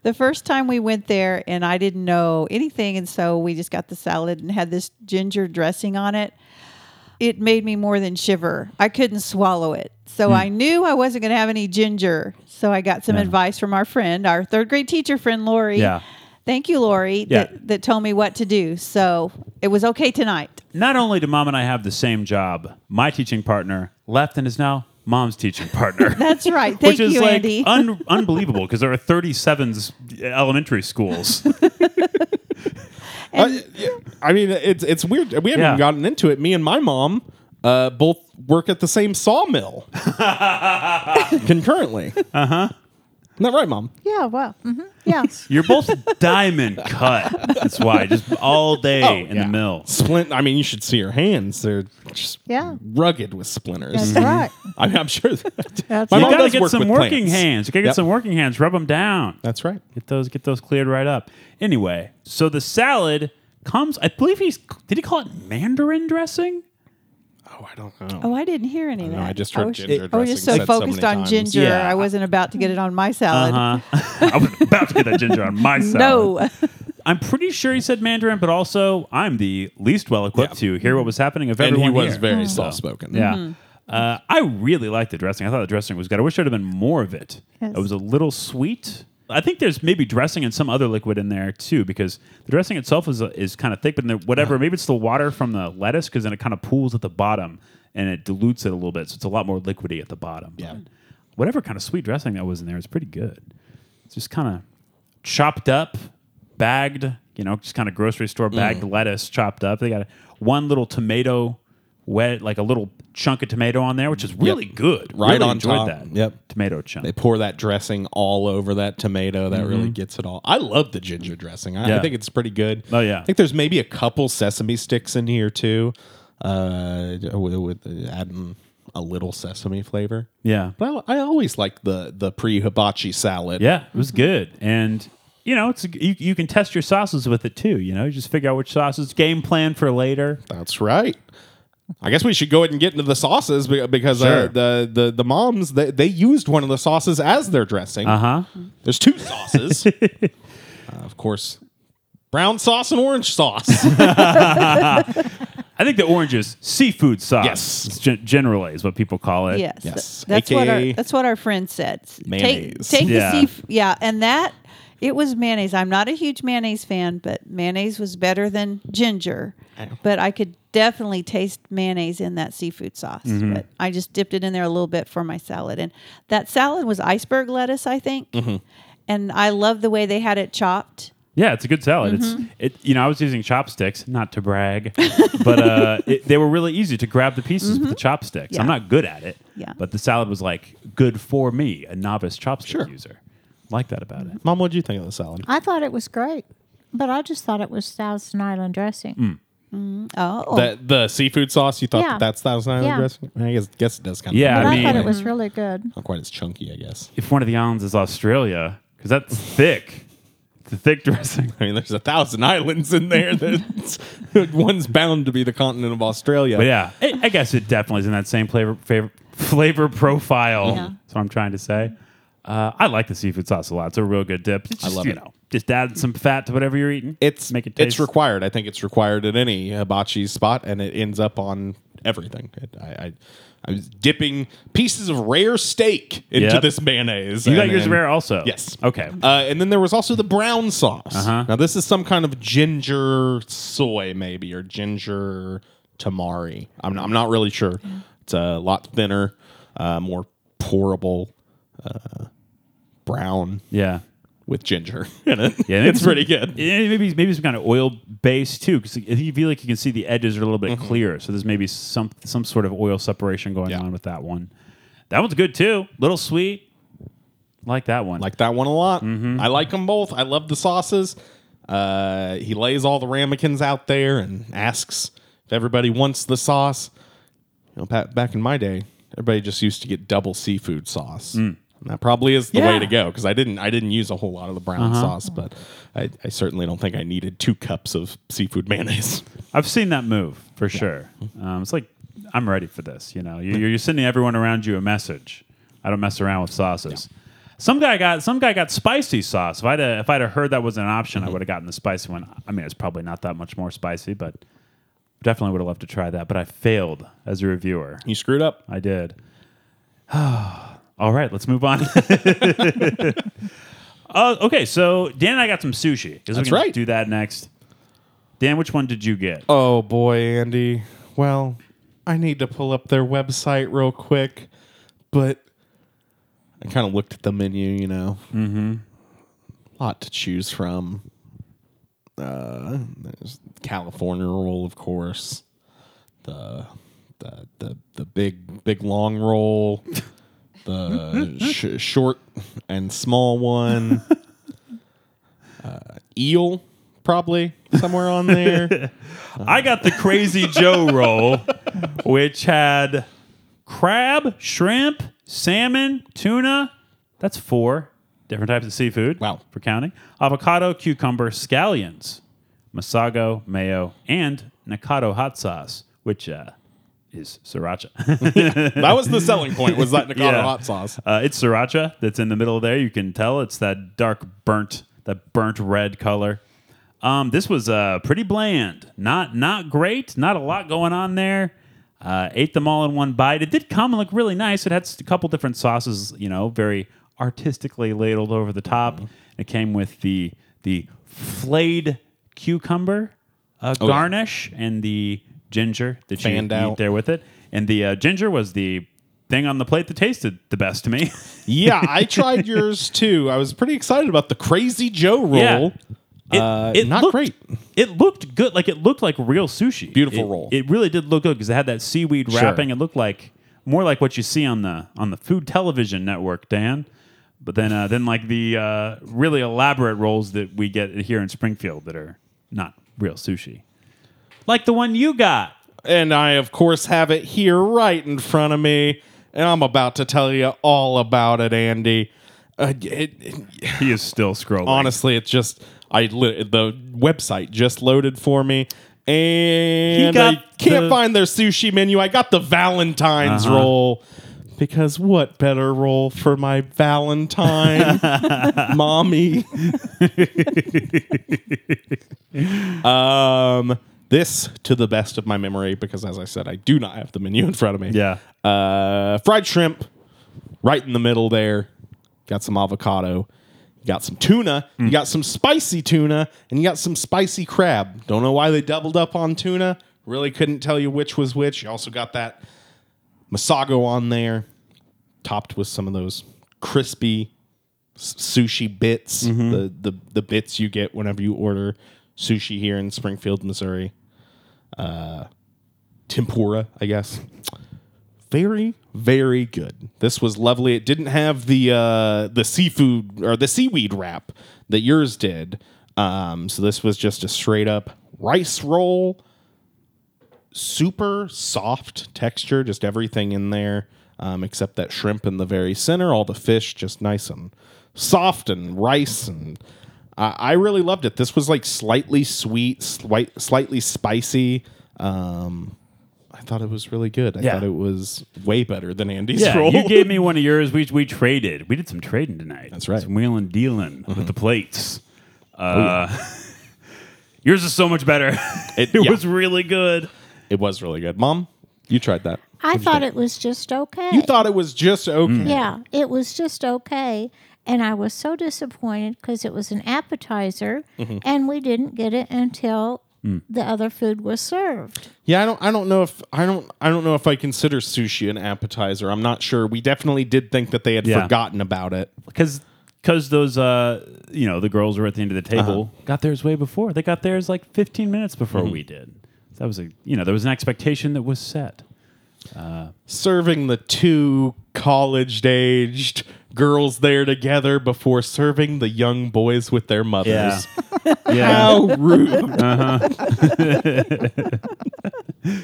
The first time we went there, and I didn't know anything, and so we just got the salad and had this ginger dressing on it. It made me more than shiver. I couldn't swallow it. Hmm. So I knew I wasn't going to have any ginger. So I got some advice from our friend, our third grade teacher friend, Lori. Yeah. Thank you, Lori, Yeah. that, that told me what to do. So it was okay tonight. Not only do Mom and I have the same job, my teaching partner left and is now Mom's teaching partner. *laughs* That's right. *laughs* Thank Which is you, like Andy. un- unbelievable because there are 37s elementary schools. I, yeah, I mean, it's it's weird. We haven't Yeah. even gotten into it. Me and my mom uh, both work at the same sawmill *laughs* concurrently. Uh huh. Uh-huh. Isn't that right, mom? Yeah, well, hmm yeah. You're both diamond cut. That's why. Just all day in Oh, yeah. the mill. Splint. I mean, you should see her hands. They're just Yeah. rugged with splinters. That's right. *laughs* I mean, I'm sure. That, That's my You mom gotta does get work some with working plants. hands. You gotta get Yep. some working hands. Rub them down. That's right. Get those. Get those cleared right up. Anyway, so the salad comes. I believe he's. Did he call it mandarin dressing? Oh, I don't know. Oh, I didn't hear any of that. Oh, I just heard was- ginger I was just dressing so said so focused many on times. ginger. Yeah. I wasn't about to get it on my salad. Uh huh. I was about to get that ginger on my salad. No. I'm pretty sure he said mandarin, but also I'm the least well equipped to hear what was happening. Of And he everyone was here. very soft spoken. Yeah. Uh, I really liked the dressing. I thought the dressing was good. I wish there'd have been more of it. Yes. It was a little sweet. I think there's maybe dressing and some other liquid in there too, because the dressing itself is uh, is kind of thick, but then whatever. Maybe it's the water from the lettuce, because then it kind of pools at the bottom and it dilutes it a little bit, so it's a lot more liquidy at the bottom. Yeah. whatever kind of sweet dressing that was in there is pretty good. It's just kind of chopped up, bagged, you know, just kind of grocery Mm. store bagged lettuce chopped up. They got a, one little tomato wet, like a little chunk of tomato on there, which is really good. Right Really on enjoyed top. that. Yep. Tomato chunk. They pour that dressing all over that tomato. That really gets it all. I love the ginger dressing. I, I Mm-hmm. Yeah. think it's pretty good. Oh, yeah. I think there's maybe a couple sesame sticks in here too, uh, with, with adding a little sesame flavor. yeah. But I, I always like the the pre hibachi salad. Yeah, it was good. And you know, it's you, you can test your sauces with it too, you know. You just figure out which sauces game plan for later. That's right. I guess we should go ahead and get into the sauces be- because Sure. uh, the, the the moms they, they used one of the sauces as their dressing. Uh-huh. There's *laughs* two sauces, uh, of course, brown sauce and orange sauce. I think the orange is seafood sauce. Yes. It's gen- generally is what people call it. Yes. Yes. That's what AKA our that's what our friend said. Take- mayonnaise. Take, Yeah. the seaf- yeah, and that it was mayonnaise. I'm not a huge mayonnaise fan, but mayonnaise was better than ginger. But I could definitely taste mayonnaise in that seafood sauce. Mm-hmm. But I just dipped it in there a little bit for my salad. And that salad was iceberg lettuce, I think. And I love the way they had it chopped. Yeah, it's a good salad. It's it. You know, I was using chopsticks, not to brag, but uh, it, they were really easy to grab the pieces with the chopsticks. I'm Yeah. not good at it. Yeah. But the salad was like good for me, a novice chopstick Sure. Mm-hmm. user. Like that about it. Mom, what do you think of the salad? I thought it was great, but I just thought it was Thousand Island dressing. Oh, The, the seafood sauce, you thought Yeah. that that's Thousand Island Yeah. dressing? I guess, guess it does kind of. Yeah, But I I, mean- thought it was really good. not quite as chunky, I guess. If one of the islands is Australia, because that's thick, it's a thick dressing. I mean, there's a thousand islands in there. That *laughs* one's bound to be the continent of Australia. But yeah, *laughs* I I guess it definitely is in that same flavor favor, flavor profile. Yeah. That's what I'm trying to say. Uh, I like the seafood sauce a lot. It's a real good dip. It's just, love you it. Know, just add some fat to whatever you're eating. it's make it taste. it's required. I think it's required at any hibachi spot, and it ends up on everything. It, I, I I was dipping pieces of rare steak into Yep. this mayonnaise. You got and yours then- rare also. Yes. Okay. Uh, and then there was also the brown sauce. Now this is some kind of ginger soy, maybe or ginger tamari. I'm not, I'm not really sure. It's a lot thinner, uh, more pourable, uh, brown yeah. with ginger *laughs* in it. Yeah. maybe it's some- pretty good. yeah, Maybe maybe some kind of oil base too, because you feel like you can see the edges are a little bit clearer. So there's maybe some some sort of oil separation going Mm-hmm. Yeah. on with that one. That one's good too. Little sweet. Like that one. Like that one a lot. I like them both. I love the sauces. Uh, he lays all the ramekins out there and asks if everybody wants the sauce. You know, back, back in my day, everybody just used to get double seafood sauce. That probably is the way Yeah. to go because I didn't I didn't use a whole lot of the brown sauce, but I, I certainly don't think I needed two cups of seafood mayonnaise. *laughs* I've seen that move for sure. Mm-hmm. Um, it's like I'm ready for this. You know, You- you're, you're sending everyone around you a message. I don't mess around with sauces. Some guy got some guy got spicy sauce. If I'd have, if I'd have heard that was an option, Mm-hmm. I would have gotten the spicy one. I mean, it's probably not that much more spicy, but definitely would have loved to try that. But I failed as a reviewer. You screwed up. I did. *sighs* All right, let's move *laughs* on. uh, okay, so Dan and I got some sushi. 'cause we That's can right. Do that next. Dan, which one did you get? Oh boy, Andy. Well, I need to pull up their website real quick, but I kind of looked at the menu, you know. Mm-hmm. Lot to choose from. Uh, there's California roll, of course. The the the the big big long roll. The sh- short and small one. uh, eel, probably somewhere on there. I got the Crazy Joe roll, which had crab, shrimp, salmon, tuna. That's four different types of seafood. Wow. For counting avocado, cucumber, scallions, masago, mayo, and Nakado hot sauce, which uh, is sriracha. *laughs* That was the selling point. Was that Nakata Yeah. hot sauce? Uh, it's sriracha that's in the middle there. You can tell it's that dark burnt, that burnt red color. Um, this was uh, pretty bland. Not not great. Not a lot going on there. Uh, ate them all in one bite. It did come and look really nice. It had s- a couple different sauces, you know, very artistically ladled over the Mm-hmm. top. It came with the the flayed cucumber uh, Oh, yeah. garnish and the ginger that you Fanned eat out. there with it. And the uh, ginger was the thing on the plate that tasted the best to me. *laughs* Yeah, I tried yours too. I was pretty excited about the Crazy Joe roll. Yeah. It, Uh, not looked, great. It looked good. Like it looked like real sushi. Beautiful It- roll. It really did look good because it had that seaweed Sure. wrapping. It looked like more like what you see on the on the food television network, Dan. But then uh, then like the uh, really elaborate rolls that we get here in Springfield that are not real sushi, like the one you got. And I, of course, have it here right in front of me. And I'm about to tell you all about it, Andy. Uh, it, it- He is still scrolling. honestly, it just I li- the website just loaded for me, and got I can't the- Uh-huh. find their sushi menu. I got the Valentine's roll because what better roll for my *laughs* Valentine, mommy? um, this to the best of my memory because, as I said, I do not have the menu in front of me. Yeah. uh, fried shrimp, right in the middle there. Got some avocado. You got some tuna. You got some spicy tuna, and you got some spicy crab. Don't know why they doubled up on tuna. Really couldn't tell you which was which. You also got that masago on there, topped with some of those crispy s- sushi bits. The, the the bits you get whenever you order sushi here in Springfield, Missouri. Uh, tempura, I guess very very good this was lovely it didn't have the uh the seafood or the seaweed wrap that yours did um so this was just a straight up rice roll super soft texture just everything in there um, except that shrimp in the very center all the fish just nice and soft and rice and I I really loved it. This was like slightly sweet, slight, slightly spicy. Um, I thought it was really good. I Yeah. thought it was way better than Andy's Yeah, roll. you gave me one of yours. We we traded. We did some trading tonight. That's right. Mm-hmm. Some Oh, wheeling dealing with the plates. Uh, *laughs* yours is so much better. It, *laughs* It- yeah. was really good. *laughs* it was really good. Mom, you tried that. I thought it was just okay. You thought it was just okay. Yeah, it was just okay. And I was so disappointed because it was an appetizer and we didn't get it until the other food was served. Yeah, I don't I don't know if I don't I don't know if I consider sushi an appetizer. I'm not sure. We definitely did think that they had Yeah. forgotten about it. Because because those uh you know the girls were at the end of the Uh-huh. table got theirs way before. They got theirs like 15 minutes before Mm-hmm. we did. That was a you know there was an expectation that was set. Serving the two college-aged girls there together before serving the young boys with their mothers. *laughs* yeah. How rude. *laughs* Uh-huh. *laughs* Do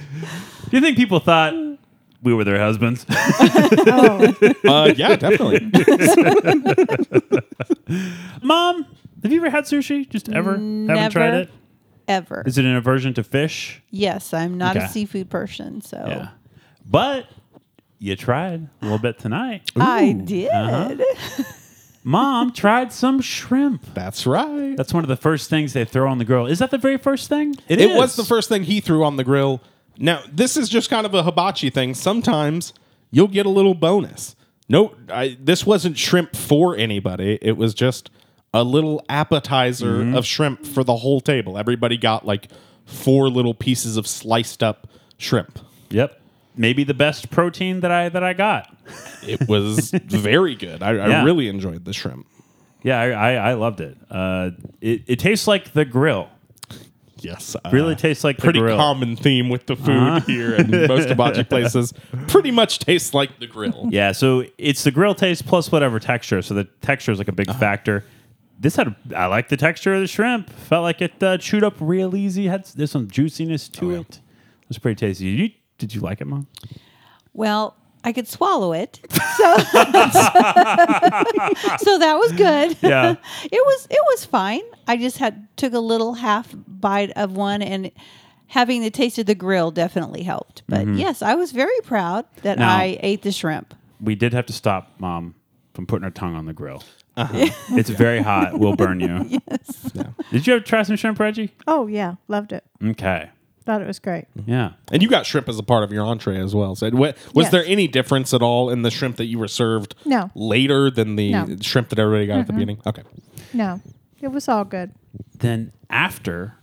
you think people thought we were their husbands. Uh, yeah, definitely. *laughs* Mom, have you ever had sushi? Just ever? Haven't tried Never. it? ever. Is it an aversion to fish? Yes, I'm not Okay. a seafood person, so Yeah. But you tried a little bit tonight. I did. Uh-huh. Mom tried some shrimp. That's right. That's one of the first things they throw on the grill. Is that the very first thing? it was is. the first thing he threw on the grill. Now, this is just kind of a hibachi thing. Sometimes you'll get a little bonus. No, I, this wasn't shrimp for anybody. It was just a little appetizer Mm-hmm. of shrimp for the whole table. Everybody got like four little pieces of sliced up shrimp. Yep. Maybe the best protein that I that I got. *laughs* It was very good. I, Yeah. I really enjoyed the shrimp. Yeah, I, I, I loved it. Uh, it. It tastes like the grill. Yes. uh, Really tastes like pretty the grill. Uh-huh. common theme with the food here and most *laughs* hibachi places. Pretty much tastes like the grill. Yeah, so it's the grill taste plus whatever texture. So the texture is like a big factor. This had a, I like the texture of the shrimp. Felt like it uh, chewed up real easy. Had s- there's some juiciness to it. It was pretty tasty. Did you, did you like it, mom? Well, I could swallow it. So, *laughs* so that was good. Yeah. *laughs* it was it was fine. I just had took a little half bite of one and having the taste of the grill definitely helped. But yes, I was very proud that Mm-hmm. Now- I ate the shrimp. We did have to stop mom from putting her tongue on the grill. Uh-huh. it's *laughs* very hot. We'll burn you. Did you ever try some shrimp, Reggie? Oh yeah, loved it. Okay. Thought it was great. Yeah. And you got shrimp as a part of your entree as well. So, it- wa- was Yes. there any difference at all in the shrimp that you were served No. later than the No. Mm-hmm. shrimp that everybody got at the beginning? Okay. No, it was all good. Then after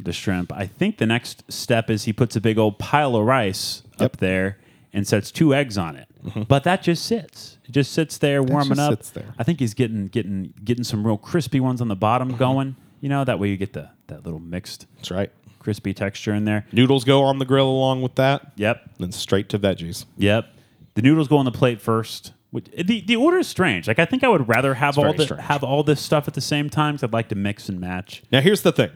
the shrimp, I think the next step is he puts a big old pile of rice up there and sets two eggs on it. But that just sits. It just sits there warming Mm-hmm. just up. sits there. I think he's getting getting getting some real crispy ones on the bottom Mm-hmm. going. You know, that way you get the that little mixed That's right. crispy texture in there. Noodles go on the grill along with that. Yep. Then straight to veggies. Yep. The noodles go on the plate first. Which- The, the order is strange. Like I think I would rather have all very the, strange. have all this stuff at the same time because I'd like to mix and match. Now, here's the thing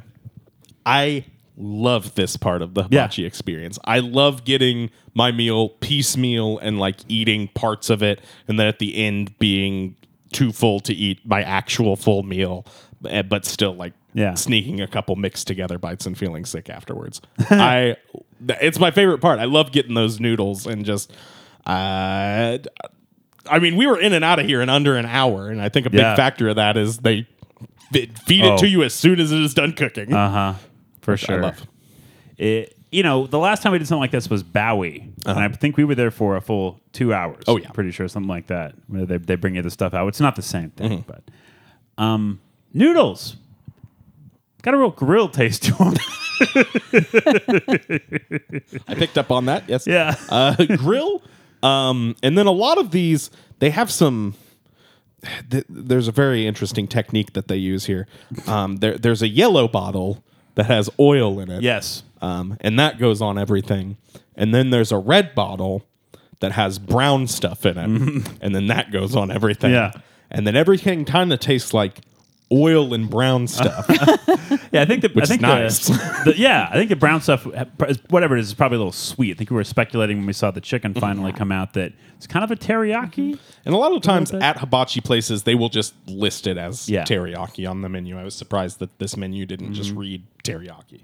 I love this part of the Yeah. hibachi experience. I love getting my meal piecemeal and like eating parts of it, and then at the end being too full to eat my actual full meal, eh, but still like Yeah. sneaking a couple mixed together bites and feeling *laughs* sick afterwards. I th- it's my favorite part. I love getting those noodles and just uh I mean, we were in and out of here in under an hour, and I think a big Yeah. factor of that is they fe- feed it Oh. to you as soon as it is done cooking. Uh huh. For I sure. love. it, you know, the last time we did something like this was Bowie, and I think we were there for a full two hours. Oh, yeah. pretty sure something like that. Where they they bring you the stuff out. It's not the same thing, but um, noodles got a real grill taste to *laughs* them. I picked up on that. Yes. yeah, Uh, *laughs* grill, um, and then a lot of these they have some. th- there's a very interesting technique that they use here. Um, there, there's a yellow bottle that has oil in it. yes, um, and that goes on everything. And then there's a red bottle that has brown stuff in it, and then that goes on everything. Mm-hmm. Yeah. and then everything kind of tastes like oil and *laughs* brown stuff. yeah. I think the I is think the- nice. *laughs* the- yeah, I think the brown stuff, whatever it is, is probably a little sweet. I think we were speculating when we saw the chicken finally come out that it's kind of a teriyaki. and a lot of times bit. at hibachi places, they will just list it as Yeah. Mm-hmm. teriyaki on the menu. I was surprised that this menu didn't just read teriyaki.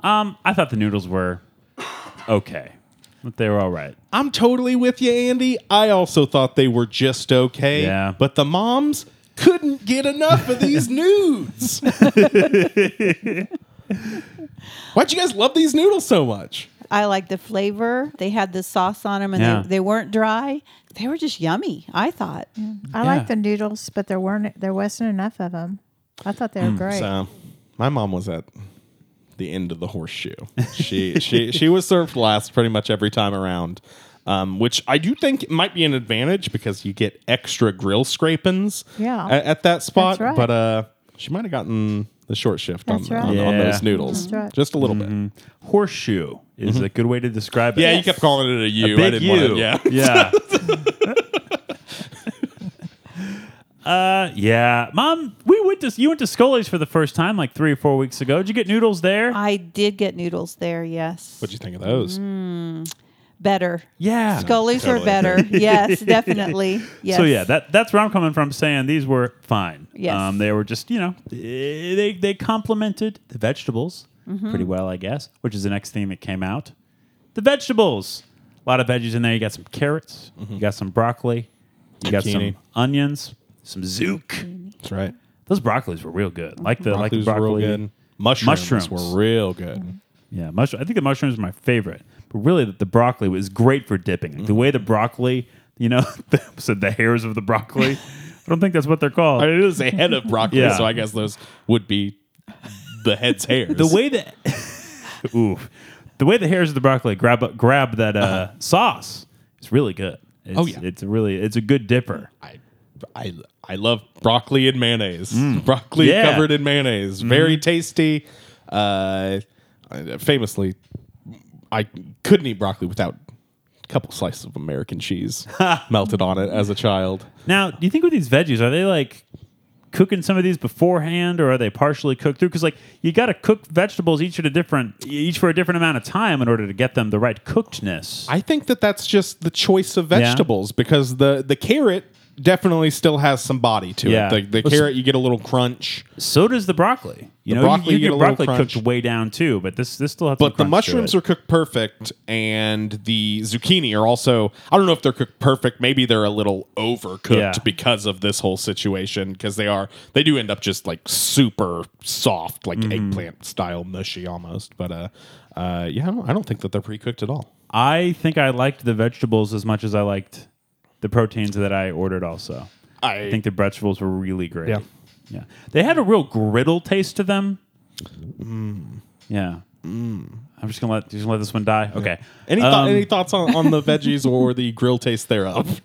Um, I thought the noodles were okay, but they were all right. I'm totally with you, Andy. I also thought they were just okay. Yeah. But the moms couldn't get enough of these nudes. Why'd you guys love these noodles so much? I like the flavor. They had the sauce on them and Yeah. they, they weren't dry. They were just yummy, I thought. I Yeah. like the noodles, but there weren't there wasn't enough of them. I thought they were great. So, my mom was at the end of the horseshoe. She she she was served last pretty much every time around. Um, which I do think might be an advantage because you get extra grill scrapings Yeah. a- at, that spot. right. But uh, she might have gotten the short shift on, That's right. on, on Yeah. Mm-hmm. those noodles. That's right. Just a little bit. horseshoe is a good way to describe it. Mm-hmm. Yeah, you kept calling it a U. I Big didn't want to. U. Yeah. *laughs* yeah. uh, yeah. Mom, we went to you went to Scully's for the first time like three or four weeks ago. Did you get noodles there? I did get noodles there, yes. Mm-hmm. What'd you think of those? better. Yeah. Scully's Totally *laughs* were better. yes, definitely. Yes. So yeah, that that's where I'm coming from, saying these were fine. Yes. Um, they were just you know eh, they they complemented the vegetables Mm-hmm. pretty well, I guess. Which is the next thing that came out. The vegetables. A lot of veggies in there. You got some carrots. You got some broccoli. You got Mm-hmm. Zucchini. some onions. Some zook. Mm. That's right. Those broccolis were real good. Like the like the Broccoli's broccoli. real good. Mushrooms, Mushrooms. were real Mm-hmm. good. Yeah, mushroom. I think the mushrooms are my favorite, but really the, the broccoli was great for dipping. Mm-hmm. Like, The way the broccoli, you know, *laughs* so the hairs of the *laughs* broccoli. I don't think that's what they're called. I mean, it is a head of broccoli, Yeah. so I guess those would be the *laughs* head's hairs. the way that, *laughs* ooh, the way the hairs of the broccoli grab grab that uh, sauce is really good. It's, Uh-huh. Oh, yeah. it's a really it's a good dipper. I, I, I love broccoli and mayonnaise. Broccoli Mm. Yeah. Mm-hmm. covered in mayonnaise, very tasty. Uh, I- famously, I couldn't eat broccoli without a couple slices of *laughs* American cheese melted on it as a child. Now, do you think with these veggies, are they like cooking some of these beforehand, or are they partially cooked through? Because like you got to cook vegetables each at a different, each for a different amount of time in order to get them the right cookedness. I think that that's just the choice of vegetables because the the carrot definitely still has some body to Yeah. it. The, the Well, s- carrot, you get a little crunch, So does the broccoli. You The know, broccoli you, get you a get little broccoli crunch. cooked way down too, but this this still has. but the mushrooms are cooked perfect, and the zucchini are also. I don't know if they're cooked perfect. Maybe they're a little overcooked Yeah. because of this whole situation because they are. They do end up just like super soft, like Mm-hmm. eggplant style, mushy almost. But uh, uh, yeah, I don't, I don't think that they're pre cooked at all. I think I liked the vegetables as much as I liked the proteins that I ordered. Also, I- I think the vegetables were really great. Yeah. yeah. They had a real griddle taste to them. Mm. Yeah. I'm just gonna let just gonna let this one die. Okay. Any, thou- Um, any thoughts on, on *laughs* the veggies or the grill taste thereof?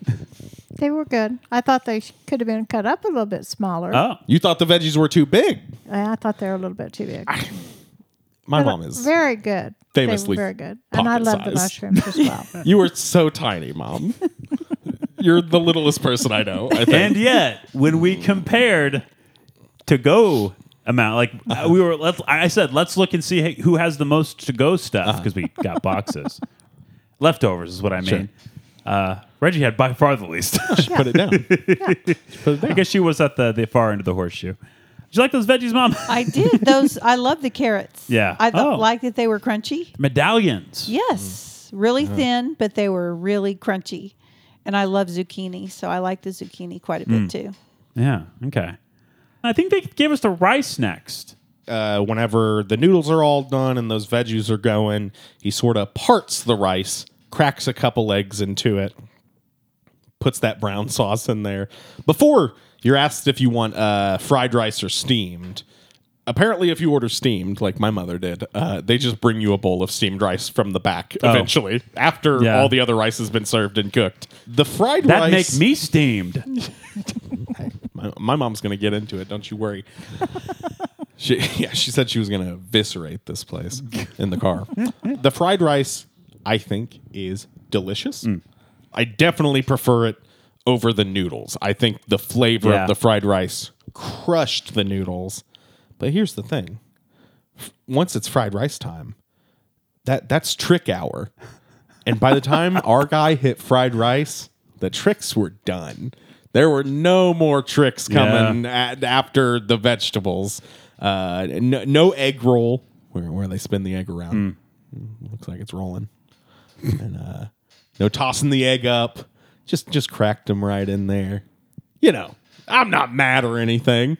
They were good. I thought they sh- could have been cut up a little bit smaller. Oh, You thought the veggies were too big. I I thought they were a little bit too big. My But mom is. very good. They were famously very good, and I love the pocket-sized. mushrooms as well. *laughs* you were so tiny, mom. You're the littlest person I know. I think. *laughs* and yet when we compared to go amount like uh, we were let's i said let's look and see who has the most to go stuff Uh-huh. because we got *laughs* boxes leftovers is what i mean uh, reggie had by far the least *laughs* Put it down. Put it i down. guess she was at the, the far end of the horseshoe did you like those veggies mom *laughs* I did those. I love the carrots. Yeah. I th- Oh. Mm. liked that they were crunchy. medallions Yes, really Uh-huh. thin, but they were really crunchy. And I love zucchini, so I like the zucchini quite a bit Mm. too. yeah okay i think they gave us the rice next Uh, whenever the noodles are all done and those veggies are going, he sort of parts the rice, cracks a couple eggs into it, puts that brown *laughs* sauce in there. Before you're asked if you want uh, fried rice or steamed. Apparently, if you order steamed, like my mother did, uh, they just bring you a bowl of steamed rice from the back eventually after Oh. Yeah. all the other rice has been served and cooked. The fried that rice. make me steamed My, my mom's gonna get into it. Don't you worry. she, yeah, she said she was gonna eviscerate this place in the car. the fried rice, I think, is delicious. I definitely prefer it over the noodles. I think the flavor Yeah. of the fried rice crushed the noodles. But here's the thing: F- once it's fried rice time, that that's trick hour. And by the time our guy hit fried rice, the tricks were done. There were no more tricks coming a- after the vegetables. Uh, no, no egg roll where, where they spin the egg around. Looks like it's rolling. and uh, no tossing the egg up. Just just cracked them right in there. You know, I'm not mad or anything.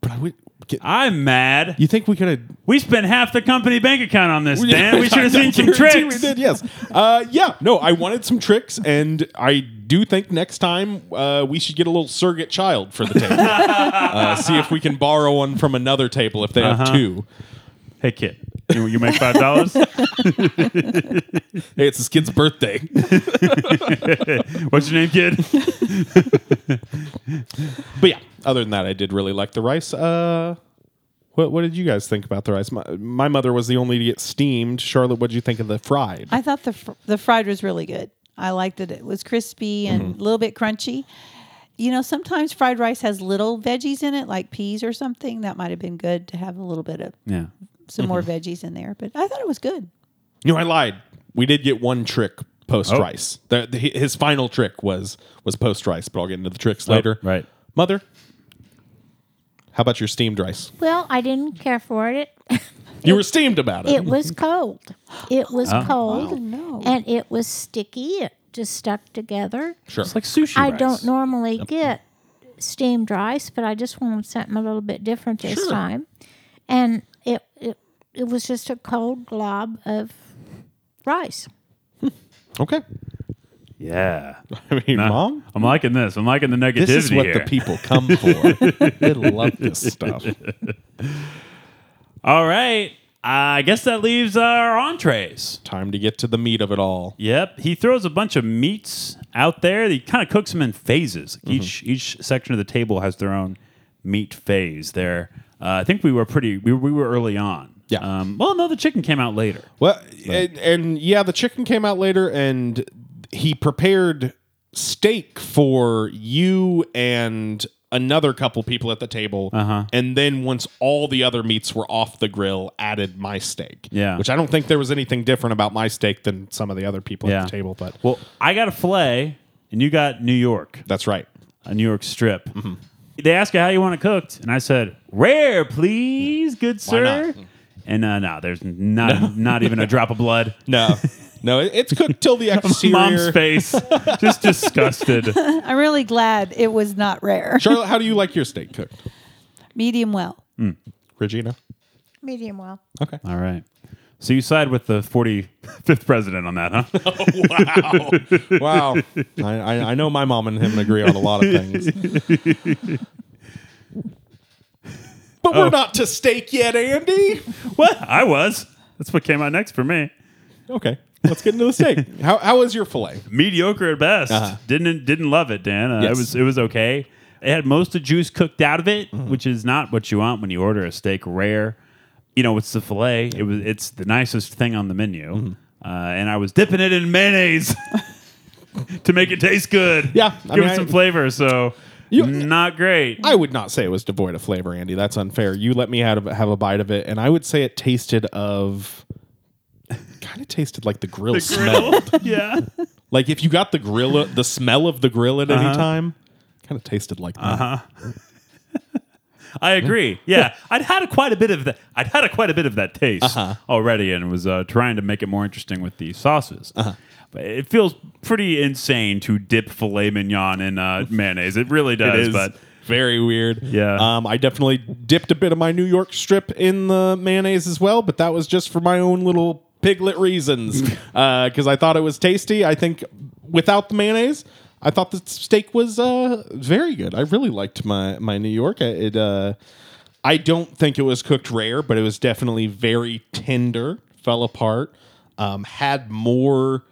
But I would. Get, i'm mad you think we could have we spent half the company bank account on *laughs* this dan we should have I seen some guarantee tricks We did, yes. Uh, yeah, no, I wanted some tricks, and I do think next time uh, we should get a little surrogate child for *laughs* the table. uh, see if we can borrow one from another table if they Uh-huh. have two. Hey kid, you, you make five *laughs* dollars? *laughs* Hey, it's this kid's birthday. *laughs* What's your name, kid? but yeah, other than that, I did really like the rice. Uh, what, what did you guys think about the rice? My, my mother was the only to get steamed. Charlotte, what did you think of the fried? I thought the fr- the fried was really good. I liked that it was crispy and Mm-hmm. a little bit crunchy. You know, sometimes fried rice has little veggies in it, like peas or something. That might have been good to have a little bit of Yeah. Mm-hmm. some more veggies in there. But I thought it was good. No, I lied. we did get one trick post Oh. rice. The, the- his final trick was was post rice, but I'll get into Oh, the tricks later. right. mother. How about your steamed rice? Well, I didn't care for it. You were steamed about it. It *laughs* was cold. It was cold. no. And it was sticky. It just stuck together. sure. It's like sushi. I rice. don't normally get steamed rice, but I just wanted something a little bit different this time. And it, it it was just a cold glob of rice. okay. Yeah. I mean, mom. I'm liking this. I'm liking the negativity This is what here. the people come for. they love this stuff. All right. I guess that leaves our entrees. Time to get to the meat of it all. Yep. He throws a bunch of meats out there. He kind of cooks them in phases. Mm-hmm. Each each section of the table has their own meat phase. There, uh, I think we were pretty. We, we were early on. Yeah. Um, well, no, the chicken came out later. Well, and, and yeah, the chicken came out later, and he prepared steak for you and another couple people at the table. Uh-huh. And then once all the other meats were off the grill, added my steak. Yeah. which I don't think there was anything different about my steak than some of the other people Yeah. at the table. But Well, I got a filet, and you got New York, that's right. a New York strip. Mm-hmm. They asked you how you want it cooked, and I said rare, please, good sir. not? And uh, no, there's not *laughs* not even a drop of *laughs* blood. No, no, it- it's cooked till *laughs* the exterior. Mom's *laughs* face, just disgusted. I'm really glad it was not rare. Charlotte, how do you like your steak cooked, Medium well. Regina? Medium well. Okay. All right. So you side with the 45th president on that, *laughs* huh? wow. Wow. *laughs* I, I, I know my mom and him agree on a lot of *laughs* things. But we're not to steak yet, Andy. what? I was. That's what came out next for me. Okay. Let's get into the steak. *laughs* How, how is your filet? Mediocre at best. Uh-huh. Didn't didn't love it, Dan. Uh, It Yes. was it was okay. It had most of the juice cooked out of it, Mm-hmm. which is not what you want when you order a steak rare. You know, it's the fillet. It was it's the nicest thing on the menu. Mm-hmm. Uh, and I was dipping it in mayonnaise *laughs* to make it taste good. Yeah, Give I mean, it some I- flavor, so You- not great. *laughs* I would not say it was devoid of flavor, Andy. That's unfair. You let me have, have a bite of it, and I would say it tasted of. Kind of tasted like the grill smell. yeah. Like if you got the grill, uh, the smell of the grill at Uh-huh. any time, kind of tasted like that. I agree. Yeah, I'd had a quite a bit of that. I'd had a quite a bit of that taste already, and was uh, trying to make it more interesting with the sauces. But it feels pretty insane to dip filet mignon in uh, mayonnaise. It really does. is But very weird. Yeah. Um, I definitely dipped a bit of my New York strip in the mayonnaise as well, but that was just for my own little piglet *laughs* reasons because I thought it was tasty. I think without the mayonnaise, I thought the steak was uh, very good. I really liked my my New York. I- It. Uh, I don't think it was cooked rare, but it was definitely very tender. Fell apart. Um, had more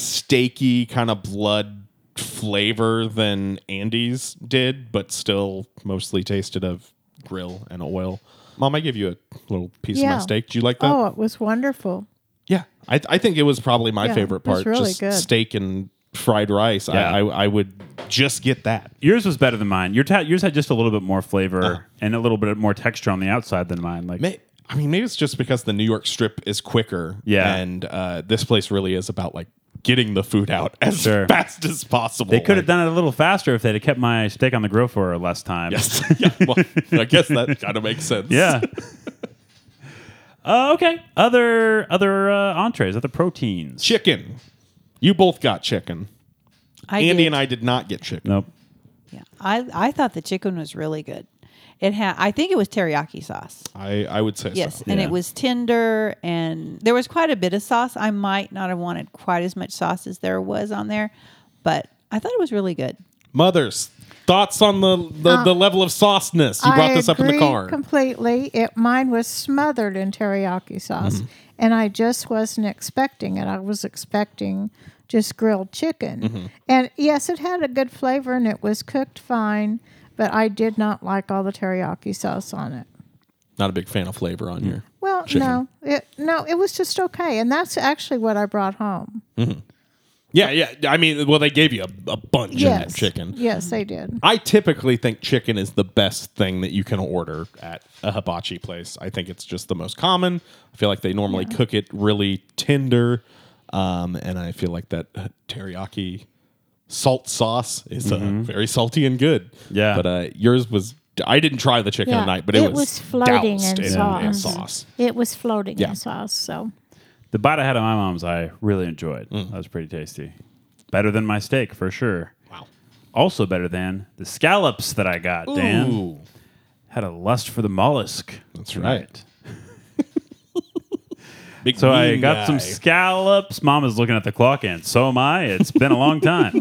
steaky kind of blood flavor than Andy's did, but still mostly tasted of grill and oil. Mom, I give you a little piece of Yeah. my steak. Do you like that? Oh, it was wonderful. Yeah, I, I think it was probably my Yeah, favorite it was part. really just good. steak and fried rice. Yeah. I, I I would just get that. yours was better than mine. Your ta- yours had just a little bit more flavor and a little bit more texture on the outside than mine. Like May- I mean, maybe it's just because the New York Strip is quicker. Yeah. and uh, this place really is about like getting the food out as Sure. fast as possible. they could have done it a little faster if they'd have kept my steak on the grill for less time. Yes. *laughs* yeah. Well, I guess that kind of makes sense. *laughs* Yeah. uh, okay. Other other uh, entrees, other proteins. Chicken. You both got chicken. I Andy did. and I did not get chicken. Nope. Yeah, I I thought the chicken was really good. It had I think it was teriyaki sauce. I, I would say Yes, so. and Yeah. it was tender, and there was quite a bit of sauce. I might not have wanted quite as much sauce as there was on there, but I thought it was really good. Mothers, thoughts on the the, Uh, the level of sauceness? You brought I this up in the agree car. Completely. It mine was smothered in teriyaki Mm-hmm. sauce, and I just wasn't expecting it. I was expecting just grilled chicken, Mm-hmm. and yes, it had a good flavor and it was cooked fine, but I did not like all the teriyaki sauce on it. not a big fan of flavor Mm. on here. Well, no, it no, it was just okay, and that's actually what I brought home. Yeah, yeah. I mean, well, they gave you a, a bunch of yes, that chicken. Yes, they did. I typically think chicken is the best thing that you can order at a hibachi place. I think it's just the most common. I feel like they normally cook it really tender. Um, and I feel like that uh, teriyaki salt sauce is uh, very salty and good. Yeah. But uh, yours was. I didn't try the chicken Yeah, tonight, but it, it was floating doused in sauce. sauce. It was floating Yeah. in sauce, so The bite I had at my mom's, I really enjoyed. Mm. That was pretty tasty. Better than my steak for sure. Wow. Also better than the scallops that I got. Dan Ooh. had a lust for the mollusk. That's right. Big So I mean got guy. some scallops. Mama's looking at the clock, and so am I. It's been a long time.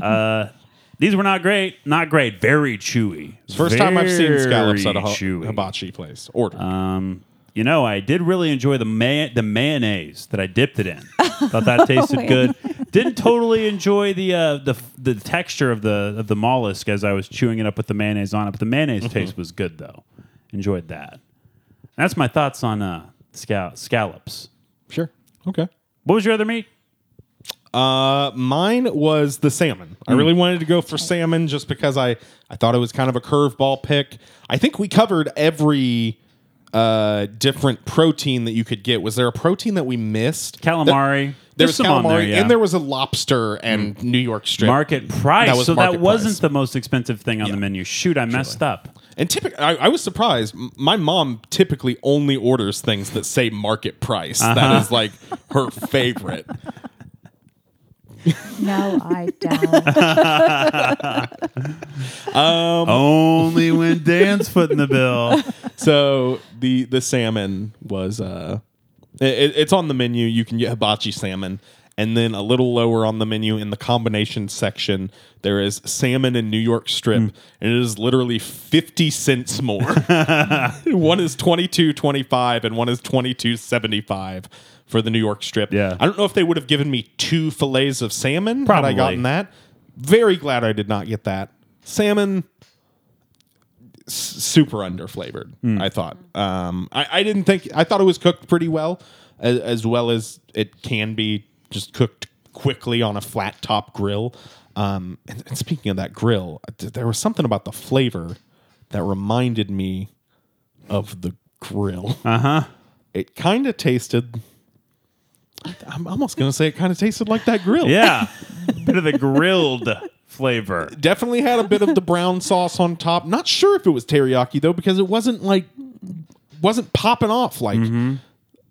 uh, *laughs* these were not great. Not great. Very chewy. First time I've seen scallops Very at a hi- chewy. hibachi place. Order. Um, you know, I did really enjoy the may- the mayonnaise that I dipped it in. Thought that tasted yeah. good. Didn't totally enjoy the uh, the f- the texture of the of the mollusk as I was chewing it up with the mayonnaise on it. But the mayonnaise Mm-hmm. taste was good though. Enjoyed that. That's my thoughts on uh, scal- scallops. sure. Okay. What was your other meat? Uh, mine was the salmon. I Mm. really wanted to go for salmon just because I I thought it was kind of a curveball pick. I think we covered every uh different protein that you could get. Was there a protein that we missed? Calamari. There, there There's was some on calamari, there, yeah. Mm. and there was a lobster and New York strip Market price. That was so market that wasn't price. the most expensive thing on the menu. Shoot, I messed up. And typically, I, I was surprised. M- My mom typically only orders things that say market price. That Uh-huh. is like *laughs* her favorite. no, I don't. Um, Only when Dan's footing the bill. so the the salmon was uh it- it, it's on the menu you can get hibachi salmon and then a little lower on the menu in the combination section there is salmon and new york Hmm. strip and it is literally 50 cents more *laughs* one is 22.25 and one is 22.75 for the new york strip Yeah. i don't know if they would have given me two fillets of salmon had Probably. i gotten that very glad i did not get that salmon super under flavored. I thought. Um, I, I didn't think. I thought it was cooked pretty well, as, as well as it can be just cooked quickly on a flat top grill. Um, and, and speaking of that grill, th- there was something about the flavor that reminded me of the grill. Uh huh. It kind of tasted. I'm almost gonna say it kind of tasted like that grill. Yeah. Bit of the grilled flavor. Definitely had a bit of the brown sauce on top. Not sure if it was teriyaki though, because it wasn't like wasn't popping off like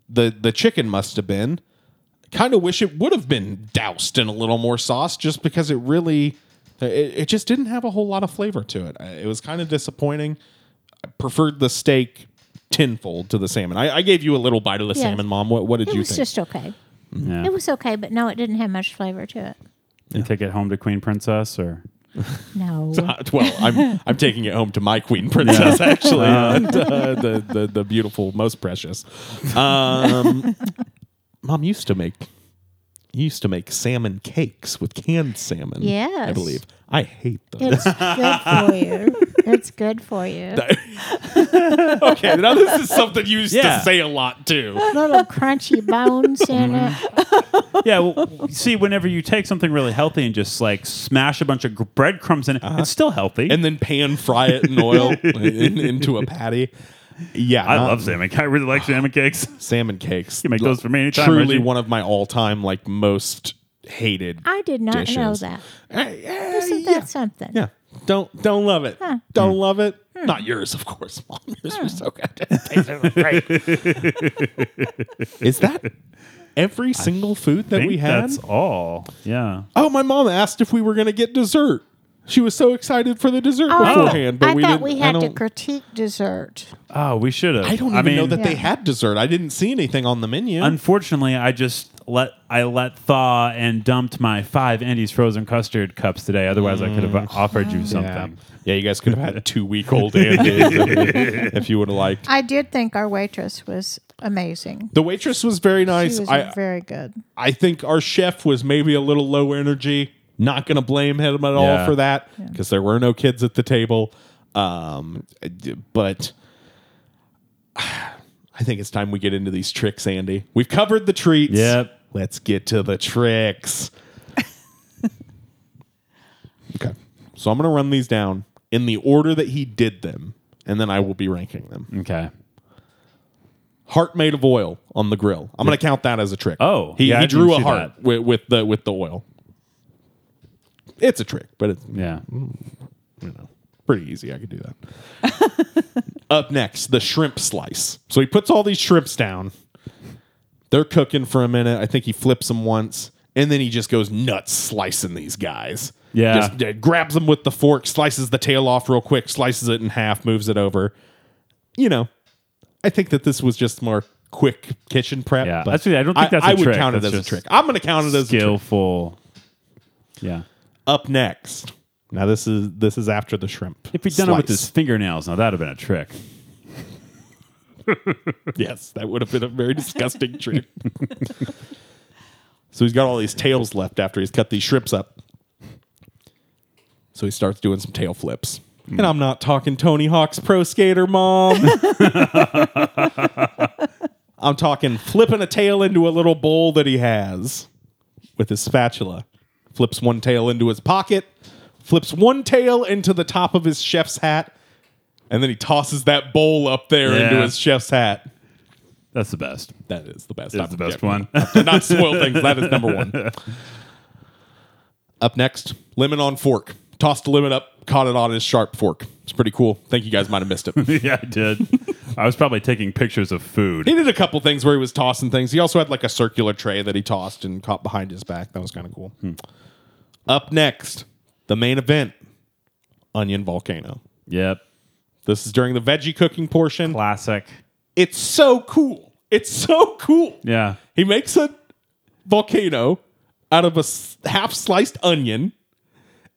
the the chicken must have been. Kind of wish it would have been doused in a little more sauce, just because it really it, it just didn't have a whole lot of flavor to it. Uh, It was kind of disappointing. I preferred the steak tenfold to the salmon. I, I gave you a little bite of the Yeah. salmon, Mom. What what did it you was think? just okay. Yeah. It was okay, but no, it didn't have much flavor to *laughs* it. You take it home to Queen Princess or No, well, *laughs* I'm I'm taking it home to my queen princess actually, and, uh, the, the the beautiful, most precious. Um, Mom used to make used to make salmon cakes with canned salmon. I Yes. believe I hate them. it's good for you. *laughs* It's good for you. okay, now this is something you used Yeah. to say a lot too. Little *laughs* crunchy Mm-hmm. bones in it. yeah, well, see, whenever you take something really healthy and just like smash a bunch of gr- breadcrumbs in it, it's still healthy. Uh-huh. And then pan fry it in oil in, into a patty. Yeah, I not- love salmon. I really like salmon cakes. salmon cakes. You make those for me anytime, Truly Reggie. one of my all time like most hated. I did not know dishes. that. Uh, yeah, Isn't yeah. that something? Yeah. Don't don't love it. Don't love it. Hmm. Not yours, of course. *laughs* Mom, yours were so good. Is that every single food *laughs* that I we think had? That's all. Yeah. Oh, my mom asked if we were going to get dessert. She was so excited for the dessert Oh, beforehand, but I we thought didn't. we I had to don't, critique dessert. Oh, we should have. Ah, I don't even know that they Yeah. had dessert. I didn't see anything on the menu. Unfortunately, I just let I let thaw and dumped my five Andy's frozen custard cups today. Otherwise, I could Mm. have offered you something. Yeah, you guys could have had *laughs* a two week old Andy if, if you would have liked. I did think our waitress was amazing. The waitress was very nice. She was I, very good. I think our chef was maybe a little low energy. Not going to blame him at all Yeah. for that because there were no kids at the table. Um, but I think it's time we get into these tricks, Andy. We've covered the treats. Yep. Let's get to *laughs* the tricks. okay. So I'm going to run these down in the order that he did them, and then I will be ranking them. Okay. heart made of oil on the grill. I'm going to count that as a trick. Oh, he, yeah, I he didn't drew a see heart that. with, with the with the oil. It's a trick, but it's Yeah. pretty easy. I could do that. *laughs* Up next, the shrimp slice. So he puts all these shrimps down. They're cooking for a minute. I think he flips them once, and then he just goes nuts slicing these guys. Yeah. just uh, grabs them with the fork, slices the tail off real quick, slices it in half, moves it over. You know, I think that this was just more quick kitchen prep. Yeah, but that's- I don't think that's a I would trick. count it That's as a just trick. I'm going to count it as a trick Skillful. Yeah. up next. Now this is this is after the shrimp. If he'd done it with slice. his fingernails, now that'd have been a trick. yes, that would have been a very disgusting trick. so he's got all these tails left after he's cut these shrimps up. So he starts doing some tail flips. And I'm not talking Tony Hawk's Pro Skater *laughs* Mom. I'm talking flipping a tail into a little bowl that he has with his spatula. Flips one tail into his pocket, flips one tail into the top of his chef's hat, and then he tosses that bowl up there into Yeah. his chef's hat. That's the best. *laughs* That is the best. That's I'm the best getting- one. To not spoil things. *laughs* That is number one. Up next, lemon on fork. Tossed a lemon up, caught it on his sharp fork. It's pretty cool. Think you guys might have missed it. he yeah, I *laughs* did. I was probably taking pictures of food. did a couple things where he was tossing things. He also had like a circular tray that he tossed and caught behind his back. That was kind of cool. Hmm. Up next, the main event onion volcano. Yep. This is during the veggie cooking portion. Classic. It's so cool. It's so cool. Yeah. He makes a volcano out of a half sliced onion,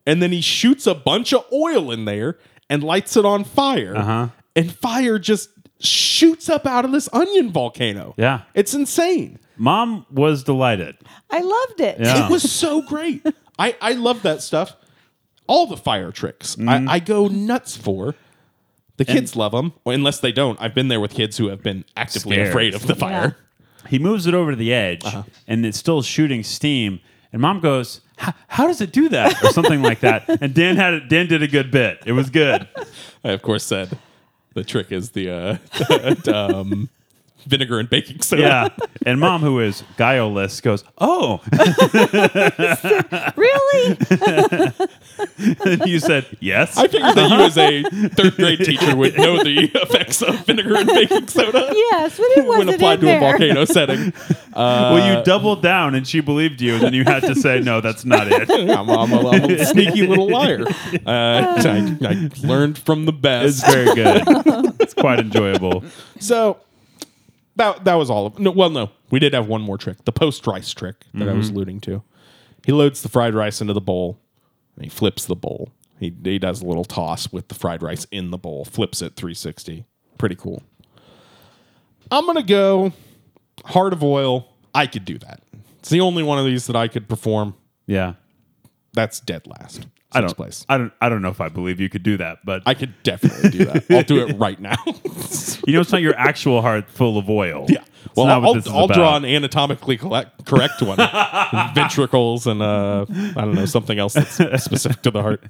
and then he shoots a bunch of oil in there and lights it on fire. Uh-huh. And fire just shoots up out of this onion volcano. Yeah. It's insane. Mom was delighted. I loved it. Yeah. It was so great. I, I love that stuff. All the fire tricks Mm-hmm. I, I go nuts for. The kids love them, unless they don't. I've been there with kids who have been actively Scared. afraid of the fire. He moves it over to the edge Uh-huh. and it's still shooting steam. And mom goes, "H- How does it do that? Or something like *laughs* that. And Dan had it. Dan did a good bit. It was good. I of course said the trick is the uh, *laughs* um, vinegar and baking soda. Yeah. And mom, who is guileless, goes, Oh. *laughs* *laughs* Really? And you said, Yes. I figured Uh-huh. that you, as a *laughs* third grade teacher, would know the effects of vinegar and baking soda *laughs* yes, but *laughs* it when wasn't applied in to there. a volcano setting. *laughs* well, you doubled down and she believed you. And then you had to say, No, that's not it. I'm, I'm a, I'm a sneaky little *laughs* liar. Uh, I, I learned from the *laughs* It's best. very *laughs* good. It's quite enjoyable. So that that was all of. No, well, no, we did have one more trick, the post rice trick that I was Mm-hmm. alluding to. He loads the fried rice into the bowl, and he flips the bowl. He he does a little toss with the fried rice in the bowl, flips it 360. Pretty cool. I'm gonna go heart of oil. I could do that. It's the only one of these that I could perform. Yeah. That's dead last. Sixth I don't, place. I don't. I don't know if I believe you could do that, but I could definitely do that. I'll do *laughs* it right now. *laughs* you know it's not your actual heart full of oil. Yeah. It's Well, not what I'll, this is I'll about. draw an anatomically collect, correct *laughs* one. Ventricles and, uh, I don't know, something else that's specific to the heart.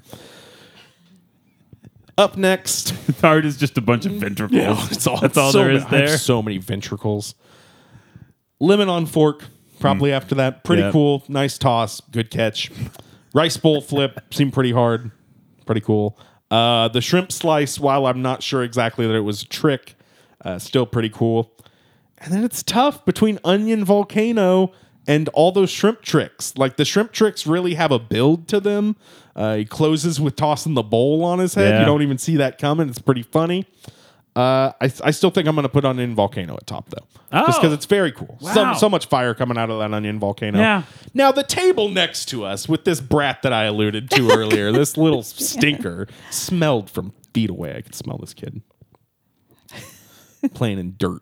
Up next. Heart is just a bunch Mm. of ventricles. *laughs* it's all, That's all so there ma- is I have there. so many ventricles. Lemon on fork, probably Mm. after that. Pretty Yep. cool. Nice toss. Good catch. Rice *laughs* bowl flip seemed pretty hard. Pretty cool. Uh, the shrimp slice, while I'm not sure exactly that it was a trick, uh, still pretty cool. And then it's tough between onion volcano and all those shrimp tricks. Like the shrimp tricks really have a build to them. Uh, he closes with tossing the bowl on his head. Yeah. You don't even see that coming. It's pretty funny. Uh, I, I still think I'm going to put onion volcano at top though, just Oh. because it's very cool. Wow. So, so much fire coming out of that onion volcano. Yeah. Now the table next to us with this brat that I alluded to *laughs* earlier, this little stinker, smelled from feet away. I could smell this kid playing in dirt.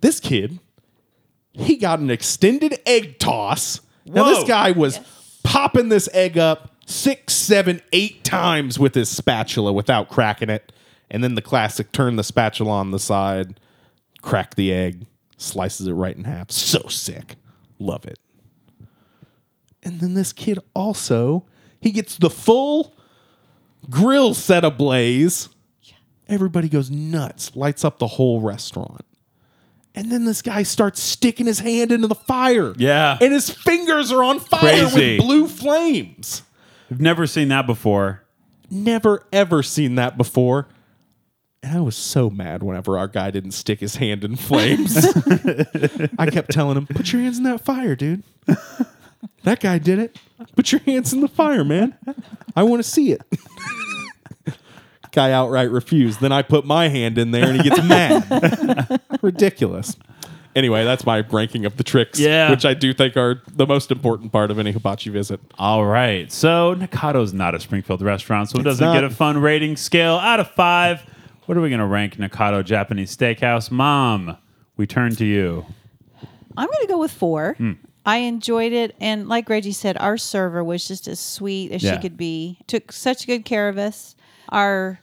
this kid, he got an extended egg toss. Now this Whoa. guy was popping this egg up six, seven, eight times with his spatula without cracking it. And then the classic turn the spatula on the side, crack the egg, slices it right in half. So sick. Love it. And then this kid also, he gets the full grill set ablaze Everybody goes nuts, lights up the whole restaurant. And then this guy starts sticking his hand into the fire. Yeah. And his fingers are on fire Crazy. with blue flames. I've never seen that before. Never ever seen that before. And I was so mad whenever our guy didn't stick his hand in flames. I kept telling him, "Put your hands in that fire, dude." that guy did it. Put your hands in the fire, man. I want to see it. guy outright refused. Then I put my hand in there and he gets mad. Ridiculous. Anyway, that's my ranking of the tricks, Yeah. which I do think are the most important part of any hibachi visit. All right. So Nakato's not a Springfield restaurant, so it doesn't not. get a fun rating scale out of five. What are we going to rank Nakato Japanese Steakhouse? Mom, we turn to you. I'm going to go with four. Hmm. I enjoyed it. And like Reggie said, our server was just as sweet as Yeah. she could be, took such good care of us. Our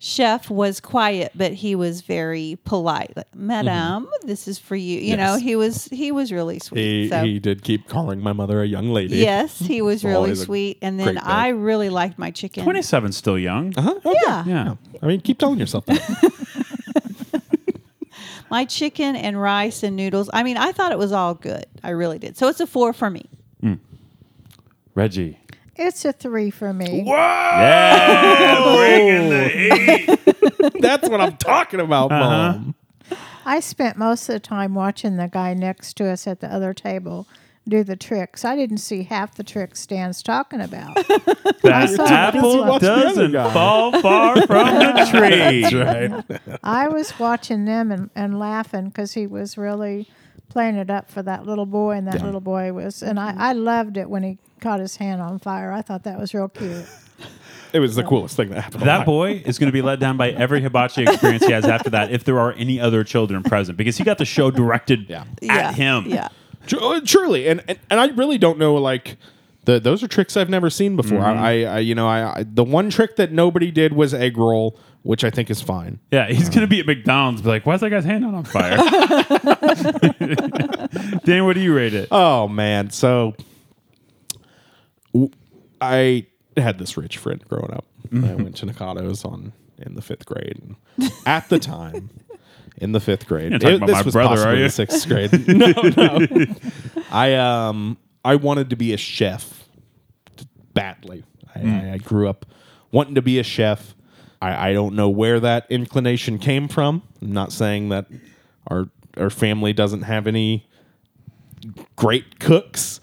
chef was quiet, but he was very polite. Like, Madame, this is for you. You know, Mm-hmm. Yes. he was he was really sweet. He, so. he did keep calling my mother a young lady. Yes, he was really Always a sweet. And great then guy. I really liked my chicken. 27's still young. Uh-huh. Oh, Yeah. Yeah. I mean, keep telling yourself that. My chicken and rice and noodles. I mean, I thought it was all good. I really did. So it's a four for me. *laughs* Reggie. It's a three for me. Yeah. bringing the *laughs* That's what I'm talking about, Mom. I spent most of the time watching the guy next to us at the other table do the tricks. I didn't see half the tricks Stan's talking about. That saw this apple one. doesn't fall far from *laughs* the tree. I was watching them and, and laughing because he was really playing it up for that little boy, and that little boy was, and I, I loved it when he caught his hand on fire. I thought that was *laughs* real cute. It was the coolest thing that happened. That boy is going to be let down by every hibachi experience he has after that, if there are any other children present, because he got the show directed Yeah. at yeah. him. Yeah. Tru- uh, truly, and, and and I really don't know. Like, the, those are tricks I've never seen before. I, I, you know, I, I the one trick that nobody did was egg roll, which I think is fine. Yeah, he's gonna be at McDonald's. Be like, why's that guy's hand not on fire? *laughs* Dan, what do you rate it? Oh man, so w- I had this rich friend growing up. Mm-hmm. I went to Nakato's on in the fifth grade. And at *laughs* the time, in the fifth grade, You're talking about this my was brother, possibly are you? the *laughs* sixth grade. no, no. *laughs* I um I wanted to be a chef badly. I, Mm. I, I grew up wanting to be a chef. I, I don't know where that inclination came from. I'm not saying that our our family doesn't have any great cooks,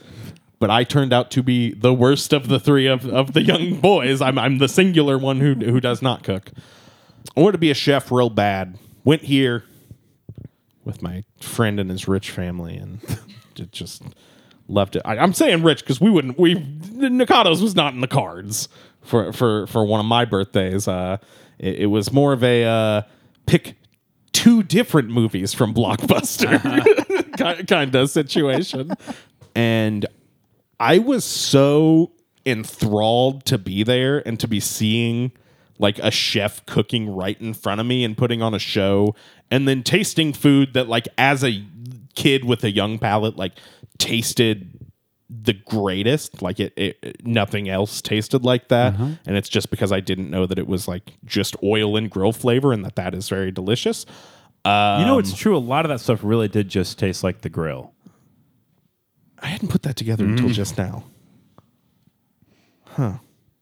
but I turned out to be the worst of the three of, of the young boys. I'm, I'm the singular one who, who does not cook. I wanted to be a chef real bad. Went here with my friend and his rich family and *laughs* ju- just left it. I, I'm saying rich because we wouldn't, we, Nakato's was not in the cards for, for, for one of my birthdays. Uh, it, it was more of a uh, pick two different movies from Blockbuster *laughs* kind of situation. and I was so enthralled to be there and to be seeing like a chef cooking right in front of me and putting on a show and then tasting food that like as a kid with a young palate like tasted the greatest like it, it nothing else tasted like that and it's just because i didn't know that it was like just oil and grill flavor and that that is very delicious uh you know, it's true. A lot of that stuff really did just taste like the grill. i hadn't put that together until just now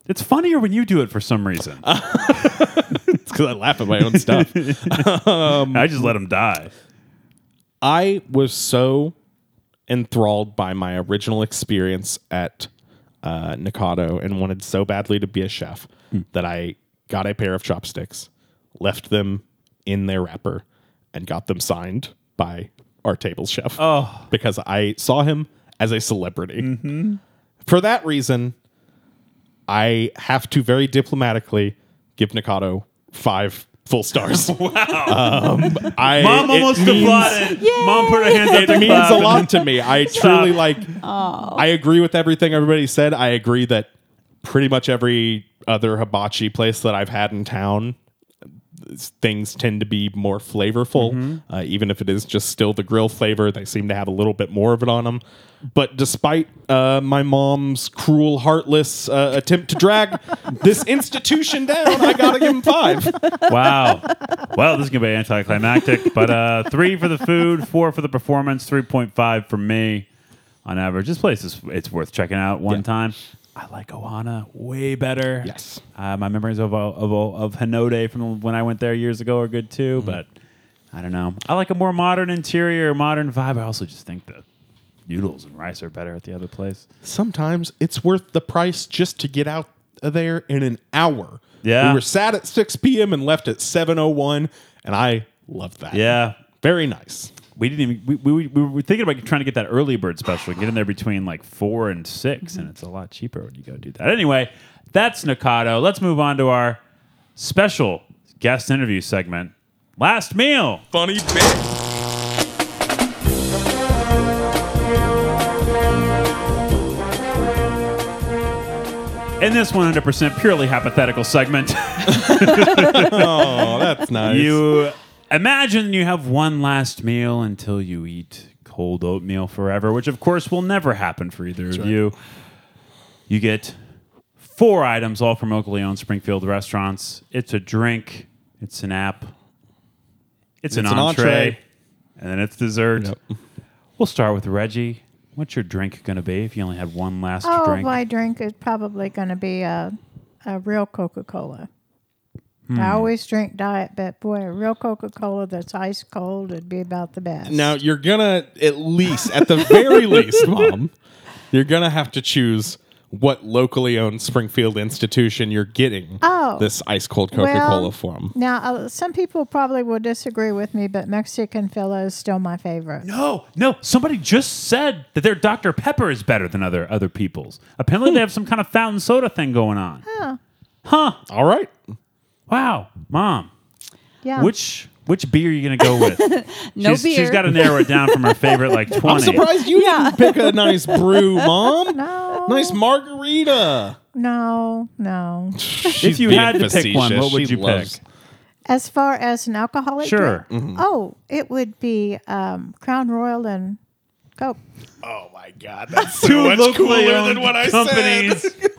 It's funnier when you do it for some reason. it's because i laugh at my own stuff *laughs* I just let him die. I was so enthralled by my original experience at uh, Nikado and wanted so badly to be a chef that I got a pair of chopsticks, left them in their wrapper, and got them signed by our table chef. Oh, Mm-hmm. because I saw him as a celebrity. For that reason, I have to very diplomatically give Nikado five full stars. *laughs* wow. Um, I, Mom it almost means- applauded. Mom put her hands up. it to means clap a and- lot to me. I truly like. I agree with everything everybody said. I agree that pretty much every other hibachi place that I've had in town, things tend to be more flavorful. Uh, even if it is just still the grill flavor, they seem to have a little bit more of it on them. But despite uh, my mom's cruel, heartless uh, attempt to drag this institution down, I gotta give him five. Wow. Well, this is gonna be anticlimactic, but uh, three for the food, four for the performance, three point five for me on average. This place is it's worth checking out one time. I like Ohana way better. Yes. Uh, my memories of of of Hinode from when I went there years ago are good too, Mm-hmm. but I don't know. I like a more modern interior, modern vibe. I also just think the noodles and rice are better at the other place. sometimes it's worth the price just to get out of there in an hour. Yeah. We were sat at 6 p.m. and left at 7.01, and I love that. Yeah. Very nice. We didn't even we, we, we were thinking about trying to get that early bird special, get in there between like four and 6 and it's a lot cheaper when you go do that. Anyway, that's Nakado. Let's move on to our special guest interview segment. Last meal. Funny bit. In this 100% purely hypothetical segment, *laughs* Oh, *laughs* that's nice. you imagine you have one last meal until you eat cold oatmeal forever, which of course will never happen for either of you. You get four items, all from locally owned Springfield restaurants. It's a drink, it's an app, it's, an, It's an entree, entree. and then it's dessert. We'll start with Reggie. What's your drink going to be if you only had one last Oh, drink? my drink is probably going to be a, a real Coca Cola. Hmm. I always drink diet, but boy, a real Coca Cola that's ice cold would be about the best. now, you're going to, at least, at the *laughs* very least, Mom, you're going to have to choose what locally owned Springfield institution you're getting Oh. this ice cold Coca-Cola Well, from. Now, uh, some people probably will disagree with me, but Mexican Fila is still my favorite. No, Oh, no. Somebody just said that their Dr. Pepper is better than other other people's. Apparently, they have some kind of fountain soda thing going on. All right. Wow, mom. Yeah. Which which beer are you gonna go with? No she's, beer. She's got to narrow it down from her favorite like twenty. I'm surprised you didn't pick a nice brew, Mom. No. Nice margarita. No, no. If you had to pick one, what would you *laughs* pick? As far as an alcoholic, Sure. Mm-hmm. drink? Oh, it would be um, Crown Royal and *laughs* Coke. Oh my god, that's so much cooler than what I said.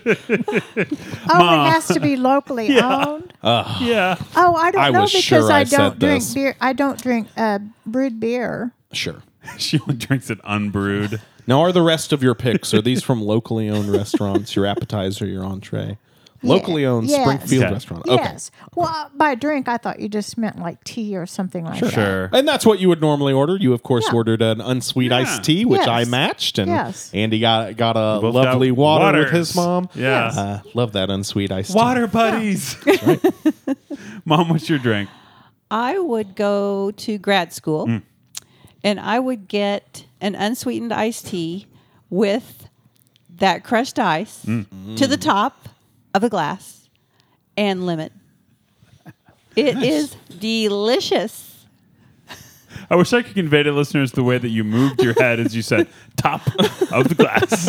*laughs* Oh, it has *laughs* to be locally owned. *laughs* yeah. *laughs* Oh, I don't I know was because sure I I said don't drink this. beer. I don't drink uh, brewed beer. Sure. She only drinks it unbrewed. Now, are the rest of your picks are these from locally owned restaurants? Your appetizer, your entree, locally owned Yes. Springfield Okay. restaurant. Yes. Well, by drink, I thought you just meant like tea or something like that. Sure. And that's what you would normally order. You, of course, Yeah. ordered an unsweet iced Yeah. tea, which Yes. I matched, and Yes. Andy got got a Both got lovely water with waters. his mom. Yeah. Yes. uh, love that unsweet iced Water buddies. mom, what's your drink? I would go to grad school and I would get an unsweetened iced tea with that crushed ice to the top of a glass and lemon. It is delicious. I wish I could convey to listeners the way that you moved your head as you *laughs* said "top of the glass,"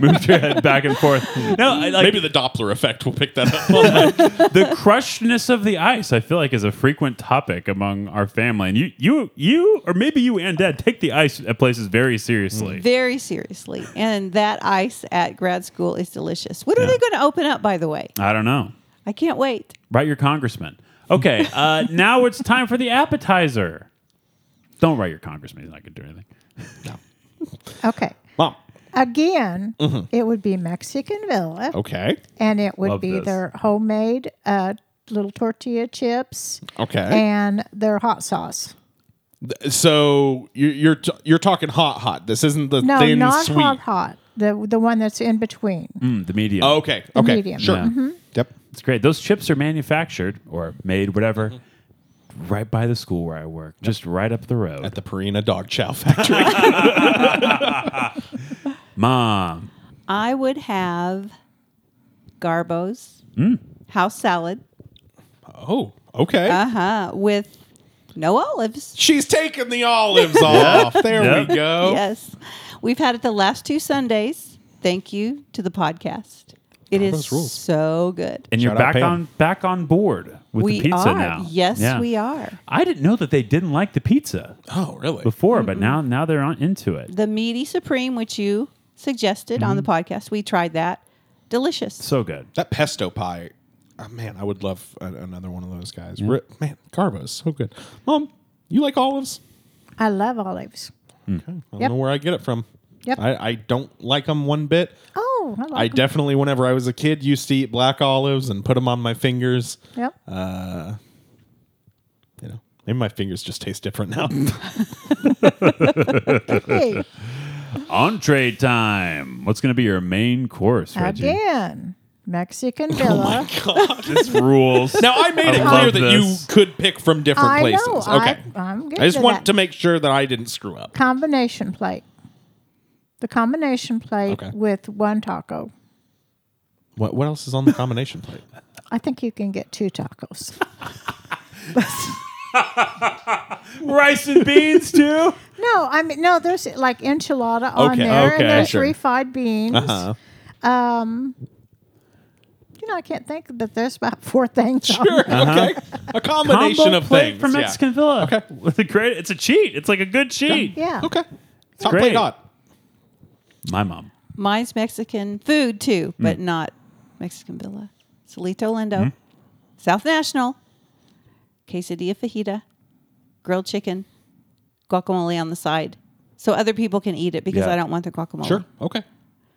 *laughs* moved your head back and forth. No, I, like, Maybe the Doppler effect will pick that up. the crushedness of the ice, I feel like, is a frequent topic among our family. And you, you, you, or maybe you and Dad take the ice at places very seriously. Very seriously. And that ice at grad school is delicious. When are they going to open up, by the way? I don't know. I can't wait. Write your congressman. Okay, uh, now it's time for the appetizer. Don't write your congressman; he's not going to do anything. Okay. mom. Again, it would be Mexican Villa, Okay. and it would Mm-hmm. Oh, Love be this. their homemade uh, little tortilla chips Okay. and their hot sauce. so you're you're, t- you're talking hot, hot. This isn't the No, thin not sweet. hot, hot. The the one that's in between. Mm, the medium. Okay. Okay. medium. Mm-hmm. Sure. Yeah. Yep. It's great. Those chips are manufactured or made, whatever, right by the school where I work, just right up the road. Mm-hmm. At the Purina Dog Chow Factory. Mom, I would have Garbo's house salad oh, okay. uh-huh, with no olives. She's taking the *laughs* olives off. There Yep. we go. Yes. We've had it the last two Sundays. Thank you to the podcast. It is Papa's rules. so good. And you're Shout out back Pam. on back on board with we the pizza are. now. Yes, Yeah. we are. I didn't know that they didn't like the pizza Oh, really? before, but now now they're on into it. The meaty supreme, which you suggested on the Mm-hmm. podcast, we tried that. Delicious. So good. That pesto pie, oh, man, I would love a- another one of those guys. Ri- Man, Carbo's so good. Mom, you like olives? I love olives. I don't Yep. know where I get it from. Yep. I, I don't like them one bit. Oh, I, like I 'em. definitely, whenever I was a kid, used to eat black olives and put them on my fingers. Yep. *laughs* You know, maybe my fingers just taste different *laughs* now. *laughs* Hey, Entree time. What's going to be your main course, Reggie? again, *laughs* Mexican Oh villa. This rules. now I made it I clear love that this. you could pick from different I places. know. Okay, I, I'm good. I just for want that. to make sure that I didn't screw up. combination plate. The combination plate Okay. with one taco. What what else is *laughs* on the combination plate? I think you can get two tacos. *laughs* *laughs* Rice and beans too. no, I mean no. There's like enchilada on Okay, there, okay, and there's sure. Uh-huh. refried beans. Um, You know, I can't think, but there's about four things. on Sure. Okay. A combination Combo of plate things. from yeah. Mexican Villa. Okay. With a *laughs* great. It's a cheat. It's like a good cheat. *laughs* Yeah. Okay. Top great. plate hot. My mom. Mine's Mexican food too, Mm. but not Mexican villa. Solito Lindo, Mm-hmm. South National, quesadilla fajita, grilled chicken, guacamole on the side. So other people can eat it because Yeah. I don't want the guacamole. Sure. Okay.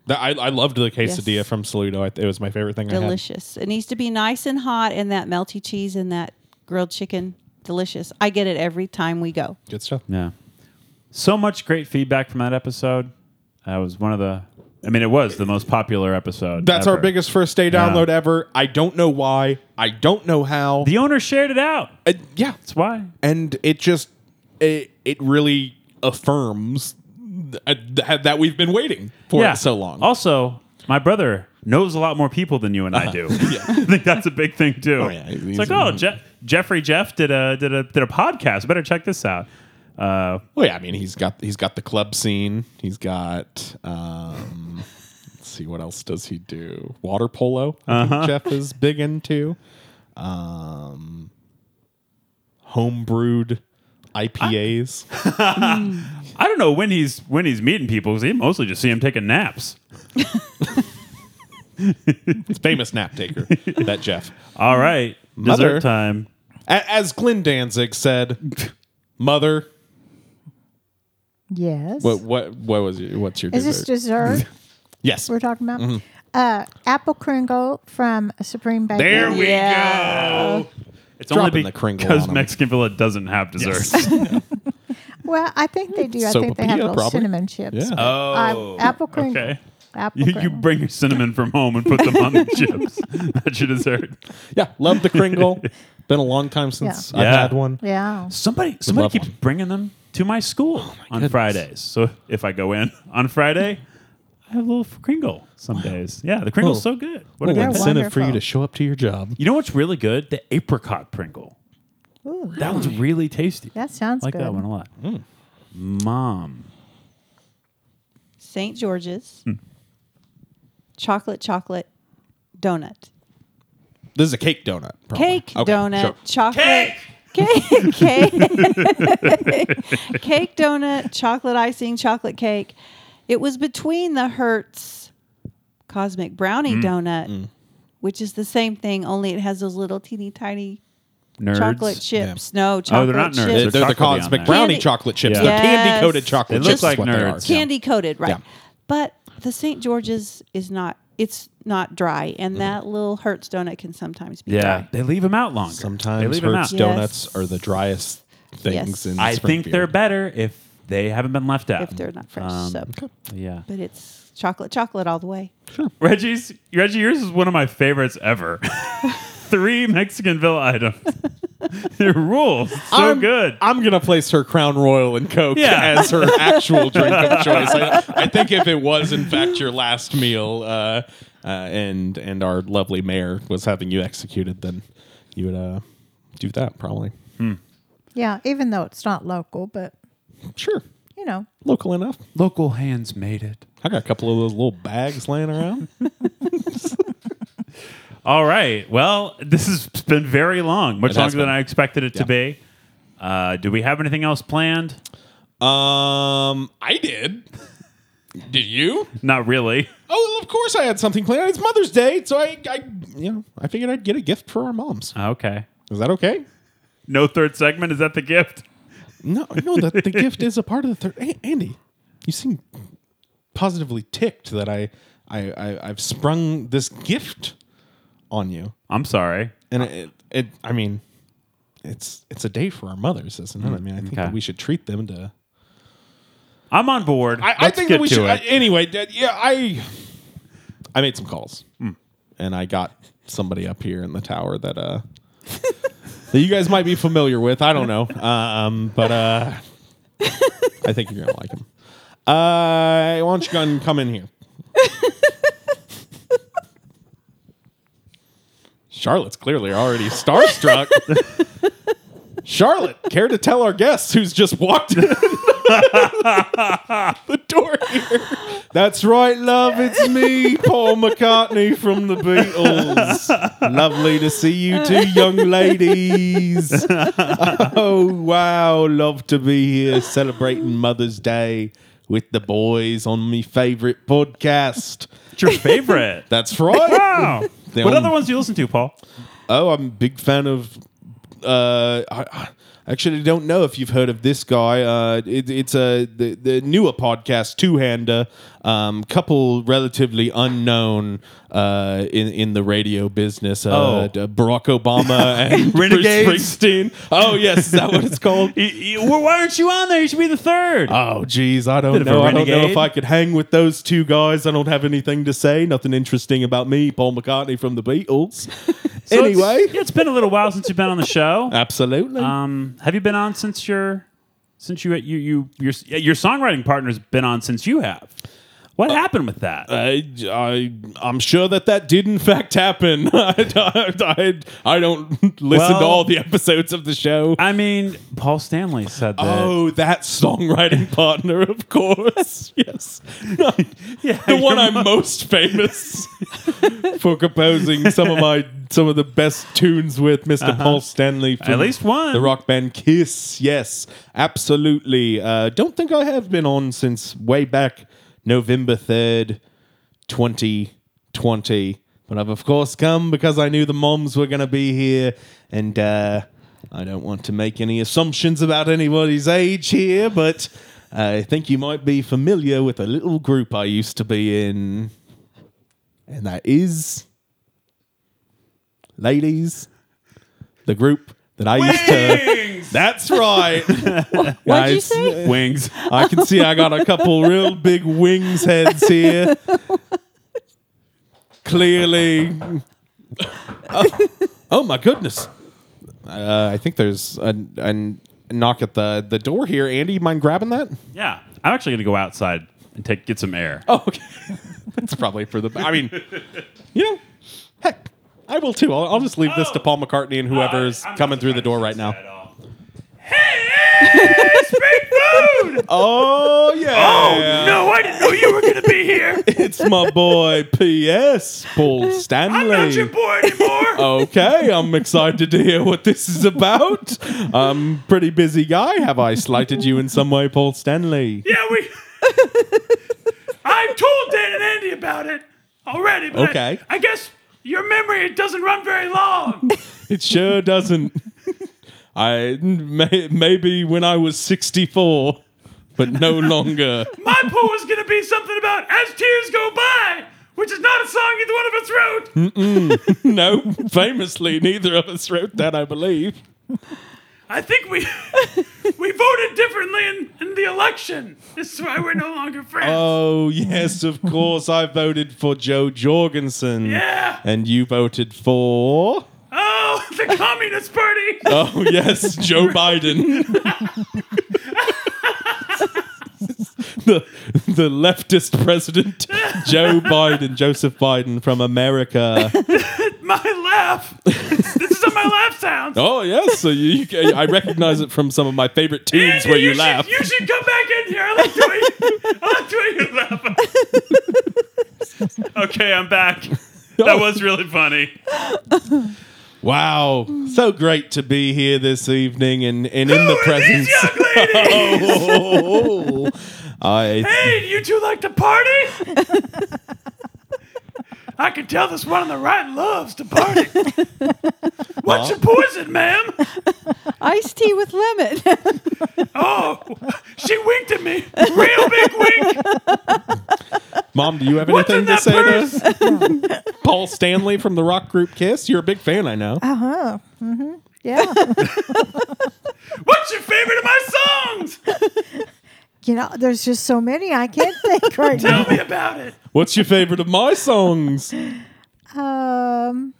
That, I, I loved the quesadilla Yes. from Saludo. I, it was my favorite thing Delicious. It needs to be nice and hot and that melty cheese and that grilled chicken. Delicious. I get it every time we go. I had. Good stuff. Yeah. So much great feedback from that episode. That was one of the. I mean, it was the most popular episode. That's our ever. biggest first day download ever. I don't know why. I don't know how. The owner shared it out. Uh, yeah. That's why. And it just, it, it really affirms th- uh, th- that we've been waiting for it so long. Also, my brother knows a lot more people than you and I *laughs* do. *laughs* I think that's a big thing too. Uh-huh. yeah. It's like, oh, Je- Jeffrey Jeff did a did a did a podcast. Better check this out. Uh, Well, yeah, I mean, he's got he's got the club scene. He's got. Um, let's see, what else does he do? Water polo. I Uh-huh. think Jeff is big into. Um, homebrewed IPAs. I don't know when he's when he's meeting people because he mostly just see him taking naps. it's famous nap taker. that Jeff. All right, Mother. dessert time. A- as Glenn Danzig said, "Mother, Yes. what what what was your, what's your Is dessert? this *laughs* dessert yes, we're talking about? Mm-hmm. Uh, apple kringle from Supreme *laughs* Bakery. There we Yeah. go. It's Dropping only the Kringle because on 'em. Mexican Villa doesn't have *laughs* desserts. Well, I think they do. I think they Hmm. Sopapilla, have little probably. cinnamon chips. Yeah. Oh, Uh, apple kringle. okay. Apple You, you kringle. bring your cinnamon from home and put them on the chips. *laughs* That's your dessert. yeah, love the Kringle. Been a long time since Yeah. I've Yeah. had one. yeah. Somebody somebody love keeps one. bringing them to my school on goodness. Fridays. So if I go in on Friday, I have a little Kringle some days. Yeah, the Kringle's Whoa. so good. What a What good an They're incentive for you wonderful. to show up to your job. You know what's really good? The apricot Pringle. that one's really tasty. That sounds I like good. that one a lot. Mom. St. George's, Hmm. chocolate chocolate donut. This is a cake donut. probably. cake Oh, Okay, donut sure. chocolate *laughs* cake cake cake *laughs* donut chocolate icing chocolate cake it was between the hertz cosmic brownie Hmm. donut which is the same thing only it has those little teeny tiny Nerds. chocolate chips no Oh, chocolate they're not nerds. chips They- There's They're the chocolate on cosmic there. brownie Candy- chocolate chips. Yeah. They're candy coated Yes. chocolate They chips. look is what like they nerds. are. candy coated, right? Yeah. But the St. George's is not. It's not dry, and that little Hertz donut can sometimes be Mm-hmm. Yeah, dry. they leave them out longer. they Sometimes leave 'em Hertz out. Yeah. donuts are the driest things Yes. in I think Springfield. they're better if they haven't been left out. if they're not fresh. Um, so, yeah. but it's chocolate, chocolate all the way. *laughs* Reggie's Reggie, yours is one of my favorites ever. *laughs* Three Mexican Villa items. *laughs* Their rules. So Um, I'm, good. I'm gonna place her Crown Royal and Coke Yeah. as *laughs* her actual drink of choice. I, I think if it was in fact your last meal, uh, uh, and and our lovely mayor was having you executed, then you would uh, do that probably. Yeah, even though it's not local, but Sure, you know, local enough. Local hands made it. I got a couple of those little bags laying around. All right. Well, this has been very long, much It has longer than been. I expected it Yeah. to be. Uh, do we have anything else planned? Um, I did. Did you? Not really. Oh, well, of course I had something planned. It's Mother's Day, so I, I, you know, I figured I'd get a gift for our moms. Okay. Is that *laughs* okay? No third segment. Is that the gift? No, no, the, the gift is a part of the third. A- Andy, you seem positively ticked that I, I, I I've sprung this gift on you, I'm sorry. and it, it, I mean, it's it's a day for our mothers, isn't it? I mean, I think Okay. that we should treat them to. I'm on board. I, I Let's think get that we to should. I, it. anyway, that- yeah, I, I made some calls, Hmm. and I got somebody up here in the tower that uh. *laughs* That you guys might be familiar with, I don't know, *laughs* um, but uh, I think you're gonna like him. Uh, why don't you go and come in here? Charlotte's clearly already starstruck. *laughs* Charlotte, care to tell our guests who's just walked in the door here? That's right, love. It's me, Paul McCartney from the Beatles. Lovely to see you two young ladies. Oh, wow. Love to be here celebrating Mother's Day with the boys on my favorite podcast. It's your *laughs* favorite. That's right. wow. *laughs* The what only- other ones do you listen to, Paul? Oh, I'm a big fan of. Uh, I, I actually don't know if you've heard of this guy. Uh, it, it's a the, the newer podcast, Two Hander. Um, couple relatively unknown uh, in in the radio business. Uh, Oh. d- Barack *laughs* Obama and Bruce Renegades. *laughs* Springsteen. Oh yes, is that what it's called? You- you- well, why aren't you on there? You should be the third. *laughs* Oh geez, I Bit of don't a know. I don't know renegade. if I could hang with those two guys. I don't have anything to say. Nothing interesting about me, Paul McCartney from the Beatles. *laughs* So it's- anyway, Uh, yeah, it's been a little while since you've been on the *laughs* show. absolutely. Um, have you been on since your since you you you your your songwriting partner's been on since you have? Uh, What happened with that? I, I, I'm sure that that did in fact happen. *laughs* I, I, I don't listen Well- uh, to all the episodes of the show. I mean, Paul Stanley said that. oh, that songwriting partner, of course. *laughs* yes. No, the one I'm most famous *laughs* for composing some of my some of the best tunes with mister Paul Stanley. From Uh-huh. At least one. The rock band Kiss. Yes, absolutely. Uh, don't think I have been on since way back November 3rd, 2020. But I've, of course, come because I knew the moms were going to be here. And uh, I don't want to make any assumptions about anybody's age here, but uh, I think you might be familiar with a little group I used to be in. And that is, ladies, the group that I *laughs* used to. That's right. What'd you Guys, *laughs* say? Wings. I can see I got a couple real big wings heads here. Clearly. Oh, oh my goodness. Uh, I think there's a, a knock at the, the door here. Andy, you mind grabbing that? Yeah, I'm actually gonna go outside and take get some air. *laughs* Oh, okay. That's probably for the. I mean, you know, heck, I will too. I'll, I'll just leave this to Oh. Paul McCartney and whoever's I'm not coming through the surprised door you right said now. that at all. Hey, Spring Food! *laughs* Oh, yeah. No, I didn't know you were gonna be here. *laughs* It's my boy, P.S. Paul Stanley. I'm not your boy anymore. Oh. okay, I'm excited to hear what this is about. I'm pretty busy guy. Have I slighted you in some way, Paul Stanley? Yeah, we. *laughs* I've told Dan and Andy about it already. But I- Okay. I, guess your memory it doesn't run very long. It sure doesn't. I may, maybe when I was 64, but no longer. *laughs* My poll was gonna be something about "As Tears Go By," which is not a song either one of us Hmm? wrote. *laughs* No, famously, neither of us wrote that, I believe. I think we *laughs* we voted differently in, in the election. This is why we're no longer friends. Oh, yes, of course. I voted for Joe Jorgensen. yeah. And you voted for. Oh, *laughs* the Communist Party. Oh yes, Joe Biden. *laughs* the the leftist president Joe Biden, Joseph Biden from America. My laugh. this is on my laugh sounds. Oh yes, so you, you- I recognize it from some of my favorite tunes Andy, where you, should- laugh. you should come back in here. I like the *laughs* way you, I like the way you laugh. okay, I'm back. That was really funny. Wow. So great to be here this evening and, and in the presence. *laughs* Oh, I, Hey, you two like to party? I can tell this one on the right loves to party. What's your poison, ma'am? Iced tea with *laughs* lemon. *laughs* Oh, she winked at me. Real big wink. Mom, do you have What's anything in to that say to this? Paul Stanley from the rock group Kiss? You're a big fan, I know. Uh huh. hmm *laughs* Yeah. *laughs* What's your favorite of my songs? you know, there's just so many *laughs* I can't think right now. Tell me about it. What's your favorite of my songs? Um,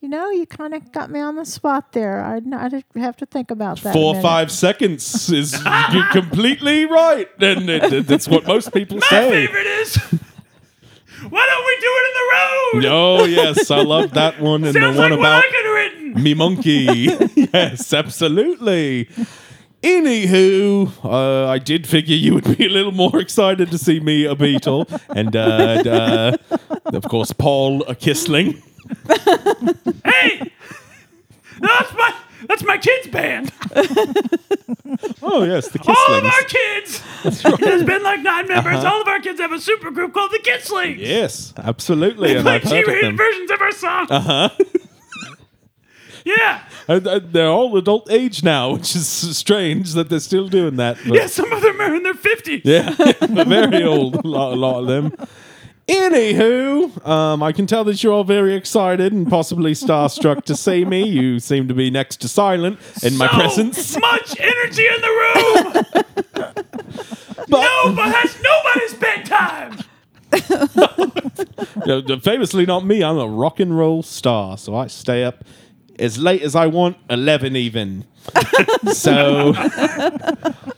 you know, you kind of got me on the spot there. I'd, I'd have to think about that. a Four or minute. five seconds is you're completely right. And it- it- that's what most people My say. favorite is. *laughs* Why don't we do it in the road? Oh, yes. I love that one. And Sounds the one like about what I could have written. Me Monkey. *laughs* yes, absolutely. Anywho, uh, I did figure you would be a little more excited to see me, a Beatle, and, uh, and, uh, of course, Paul, a Kissling. Hey, *laughs* no, that's my that's my kids' band. Oh, yes, the All of Kisslings. our kids. There's been like nine Uh-huh. members. All of our kids have a super group called the Kitslings. yes, absolutely. And Like I've heard of G-rated them. Uh-huh. versions of our songs. Uh huh. *laughs* yeah. And, uh, they're all adult age now, which is strange that they're still doing that. but- Yeah. Some of them are in their fifties. Yeah, *laughs* they're very old, a lot, a lot of them. Anywho, um, I can tell that you're all very excited and possibly starstruck to see me. You seem to be next to silent in my so *laughs* presence. Much energy in the *laughs* room. But No, but that's nobody's bedtime. Uh, uh, famously, not me. I'm a rock and roll star, so I stay up as late as I want, 11 even. *laughs* so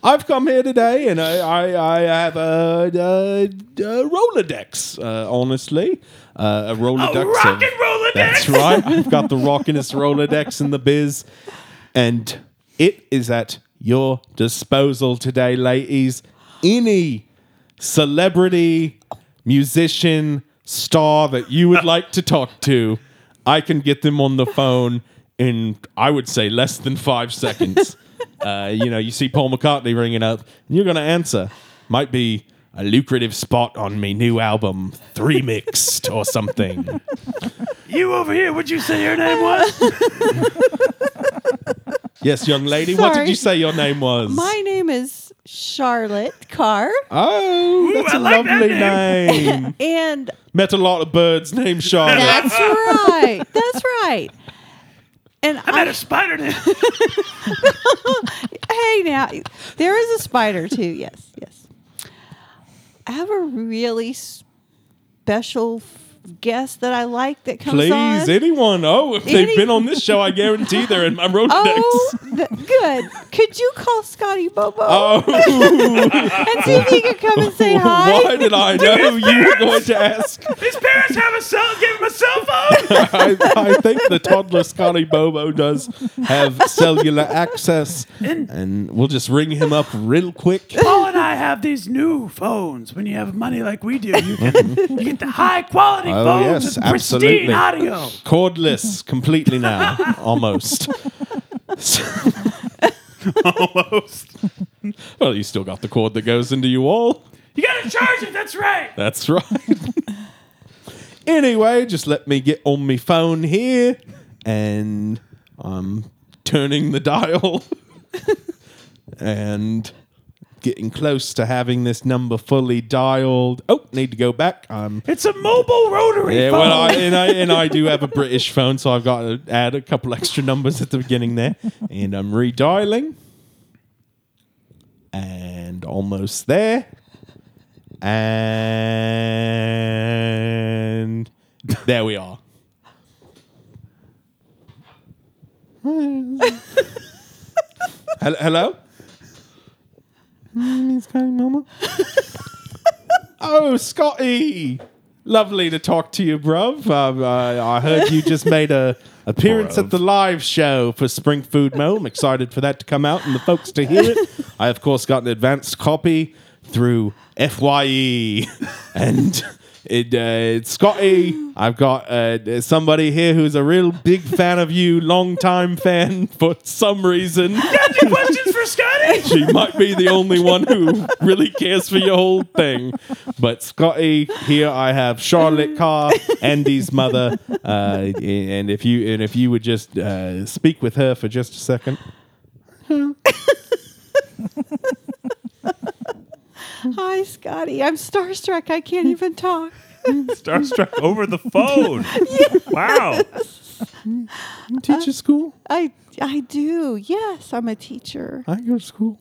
I've come here today and I, I, I have a, a, a Rolodex, uh, honestly. Uh, a A Rolodex. rock of- and roller That's right. I've got the rockinest Rolodex in the biz. And it is at your disposal today, ladies. Any celebrity, musician, star that you would like to talk to, I can get them on the phone in, I would say, less than five seconds. uh, you know, you see Paul McCartney ringing up, and you're going to answer. Might be a lucrative spot on me new album, three mixed or something. You over here, what'd you say your name was? Yes, young lady. What did Sorry. you say your name was? My name is Charlotte Carr, Uh, Oh, that's I a like that lovely name. *laughs* and Met a lot of birds named Charlotte. that's right. That's right. And I met I, a spider name. hey, now there is a spider too. Yes, yes. I have a really special f- guest that I like that comes on. Please, anyone. Oh, if they've Any- been on this show, I guarantee they're in my Rolodex. Oh, th- good. Could you call Scotty Bobo *laughs* Oh, and see if he could come and *laughs* say hi? why did I know you were going to ask? His parents have a cell, gave him a cell *laughs* phone. I, I think the toddler Scotty Bobo does have cellular access, and we'll just ring him up real quick. Paul and I have these new phones. When you have money like we do, you, can, you get the high quality *laughs* Oh, phones yes, with pristine absolutely. audio. Cordless completely now, almost. Almost. well, you still got the cord that goes into you all. You gotta charge it, that's right. That's right. anyway, just let me get on my phone here and I'm turning the dial *laughs* and getting close to having this number fully dialed. Oh, need to go back. I'm It's a mobile rotary yeah, phone. well, I, and I and I do have a British phone, so I've got to add a couple extra numbers at the beginning there, and I'm redialing, and almost there, and there we are. Hel- Hello. It's coming, Mama. oh, Scotty. Lovely to talk to you, bruv. Um, I, I heard you just made a appearance at the live show for Spring Food Mo. I'm excited for that to come out and the folks to hear it. I, of course, got an advanced copy through FYE E. *laughs* and It, uh, it's Scotty. I've got uh, there's somebody here who's a real big fan of you, long time fan for some reason. Any questions for Scotty? She might be the only one who really cares for your whole thing. But Scotty, here I have Charlotte Carr, Andy's mother, uh, and if you and if you would just uh, speak with her for just a second. Hi, Scotty. I'm starstruck. I can't even talk. Starstruck over the *laughs* phone. Wow. *laughs* Teacher school? I I do. Yes, I'm a teacher. I go to school.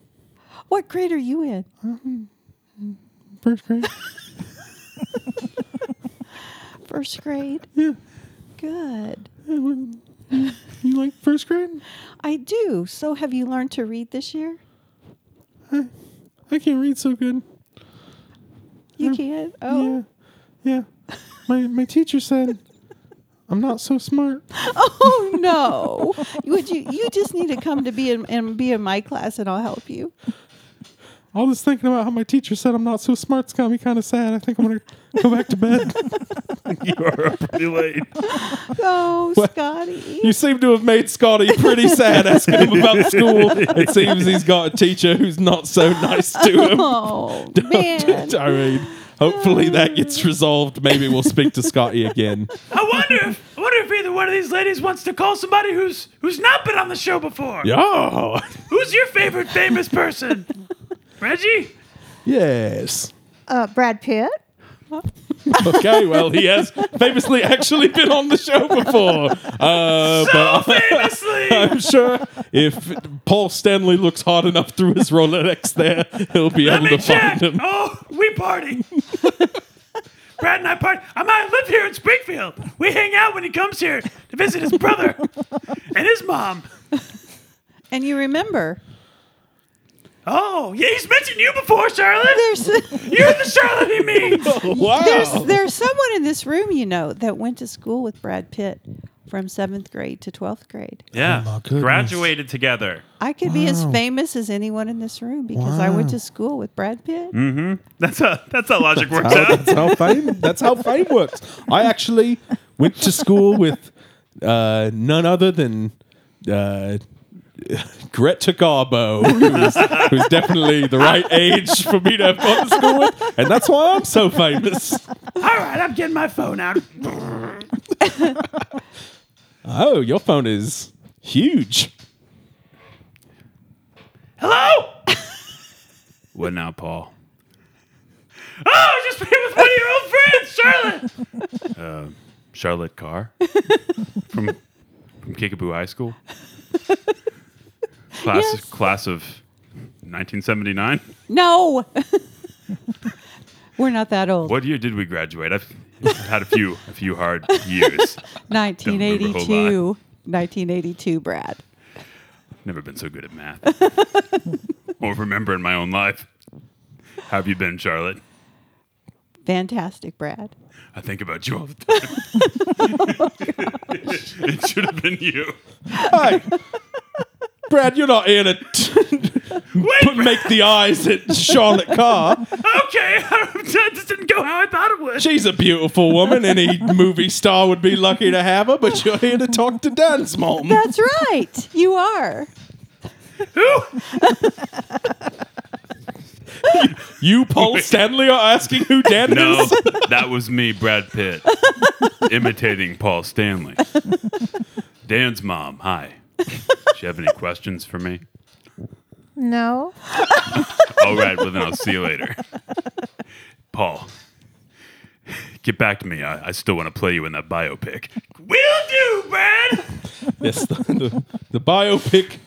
What grade are you in? First grade. First grade. Good. You like first grade? I do. So, have you learned to read this year? I can't read so good. You can't. Oh, Mm. Yeah. Yeah. My my teacher said I'm not so smart. oh no! Would you? You just need to come to be in and be in my class, and I'll help you. All this thinking about how my teacher said I'm not so smart's got me kind of sad. I think I'm gonna go back to bed. You are up pretty late. Oh, *laughs* What? Scotty. You seem to have made Scotty pretty sad asking him about school. It seems he's got a teacher who's not so nice to him. *laughs* Oh man. I mean, hopefully that gets resolved. Maybe we'll speak to Scotty again. I wonder if I wonder if either one of these ladies wants to call somebody who's who's not been on the show before. Oh, Who's your favorite famous *laughs* person? Reggie? yes. Uh, Brad Pitt. Okay, well, he has famously actually been on the show before. Uh, So but famously! *laughs* I'm sure if Paul Stanley looks hard enough through his Rolodex there, he'll be Let able me to check. find him. Oh, we *laughs* party. Brad and I party. I might live here in Springfield. We hang out when he comes here to visit his *laughs* brother and his mom. And you remember? Oh, yeah, he's mentioned you before, *laughs* Charlotte. There's You're the Charlotte he means. Wow. there's there's someone in this room you know that went to school with Brad Pitt from seventh grade to twelfth grade. Yeah, goodness. graduated together. I could be as famous as anyone in this room because I went to school with Brad Pitt. That's how that's how logic works how, out. that's how fame. That's how fame works. I actually went to school with uh, none other than uh, Greta Garbo, who's, who's definitely the right age for me to have gone to school with, and that's why I'm so famous. All right, I'm getting my phone out. Oh, your phone is huge. Hello? *laughs* what now, Paul? Oh, I just playing with one of your old friends, Charlotte. *laughs* Uh, Charlotte *laughs* Carr from from Kickapoo High *laughs* School. Class Yes. class of 1979. No. *laughs* We're not that old. What year did we graduate? I've I've had a few a few hard years. 1982. 1982, Brad. Never been so good at math *laughs* or remembering my own life. How have you been, Charlotte? Fantastic, Brad. I think about you all the time. *laughs* it should have been you. Hey, Brad, you're not here to *laughs* t- put- make the eyes at Charlotte Carr. Okay, *laughs* that just didn't go how I thought it would. She's a beautiful woman. Any movie star would be lucky to have her, but you're here to talk to Dan's mom. That's right. You are. You, Paul Stanley, are asking who Dan No, is? that was me, Brad Pitt, imitating Paul Stanley. Dan's mom. Hi. Do you have any questions for me? No. All right, well then I'll see you later. Paul, get back to me. I, I still want to play you in that biopic. Will do, Brad. Yes, the, the, the biopic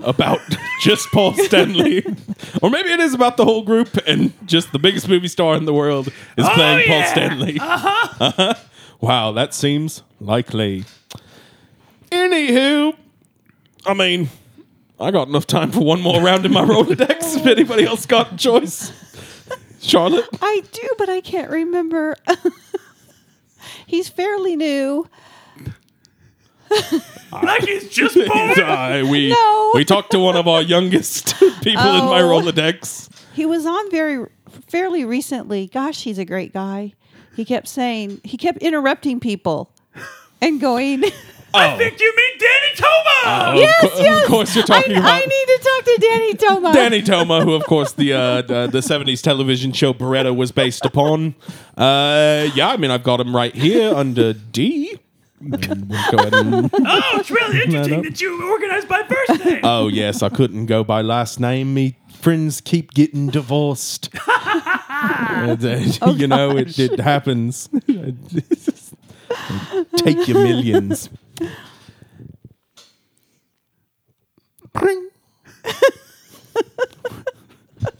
about *laughs* just Paul Stanley. or maybe it is about the whole group and just the biggest movie star in the world Oh, is playing Paul yeah. *laughs* Stanley. Uh-huh. Wow, that seems likely. Anywho, I mean, I got enough time for one more round in my Rolodex if anybody else got a choice. *laughs* Charlotte? I do, but I can't remember. *laughs* He's fairly new. Like he's just *laughs* born. Die. we No. we talked to one of our youngest *laughs* people in my Oh. Rolodex. He was on very fairly recently. Gosh, he's a great guy. He kept saying, he kept interrupting people and going, I think you mean Danny Toma. *laughs* Yes, yes. Of course, you're I, talking about I need to talk to Danny Toma. Danny Toma, who of course the uh, the, the '70s television show Beretta was based upon. Uh, yeah, I mean I've got him right here under D. And we'll go ahead and- Oh, it's *laughs* really interesting that you organized by first name. oh yes, I couldn't go by last name. Me friends keep getting divorced. And, uh, *laughs* you know it, it happens. Take your millions. Ring.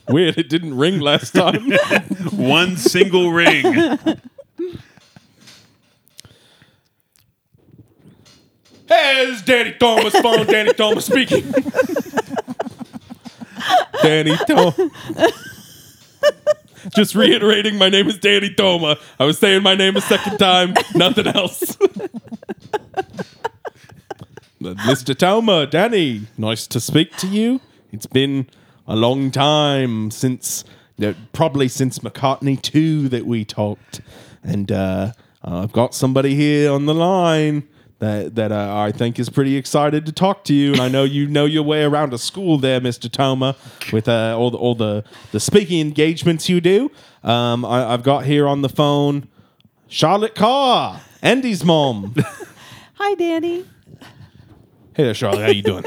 Weird, it didn't ring last time. One single ring. Hey, this is Danny Thomas phone. Danny Thomas speaking. Danny Thomas. Just reiterating, my name is Danny Thoma. I was saying my name a second time, nothing else. But Mr. Toma, Uh, Danny, nice to speak to you. It's been a long time since, no, probably since McCartney 2 that we talked. And uh, I've got somebody here on the line that, that uh, I think is pretty excited to talk to you. And I know you know your way around a school there, Mr. Toma, with uh, all, the, all the, the speaking engagements you do. Um, I, I've got here on the phone Charlotte Carr, Andy's mom. Hi, Danny. *laughs* hey there, Charlotte. How you doing?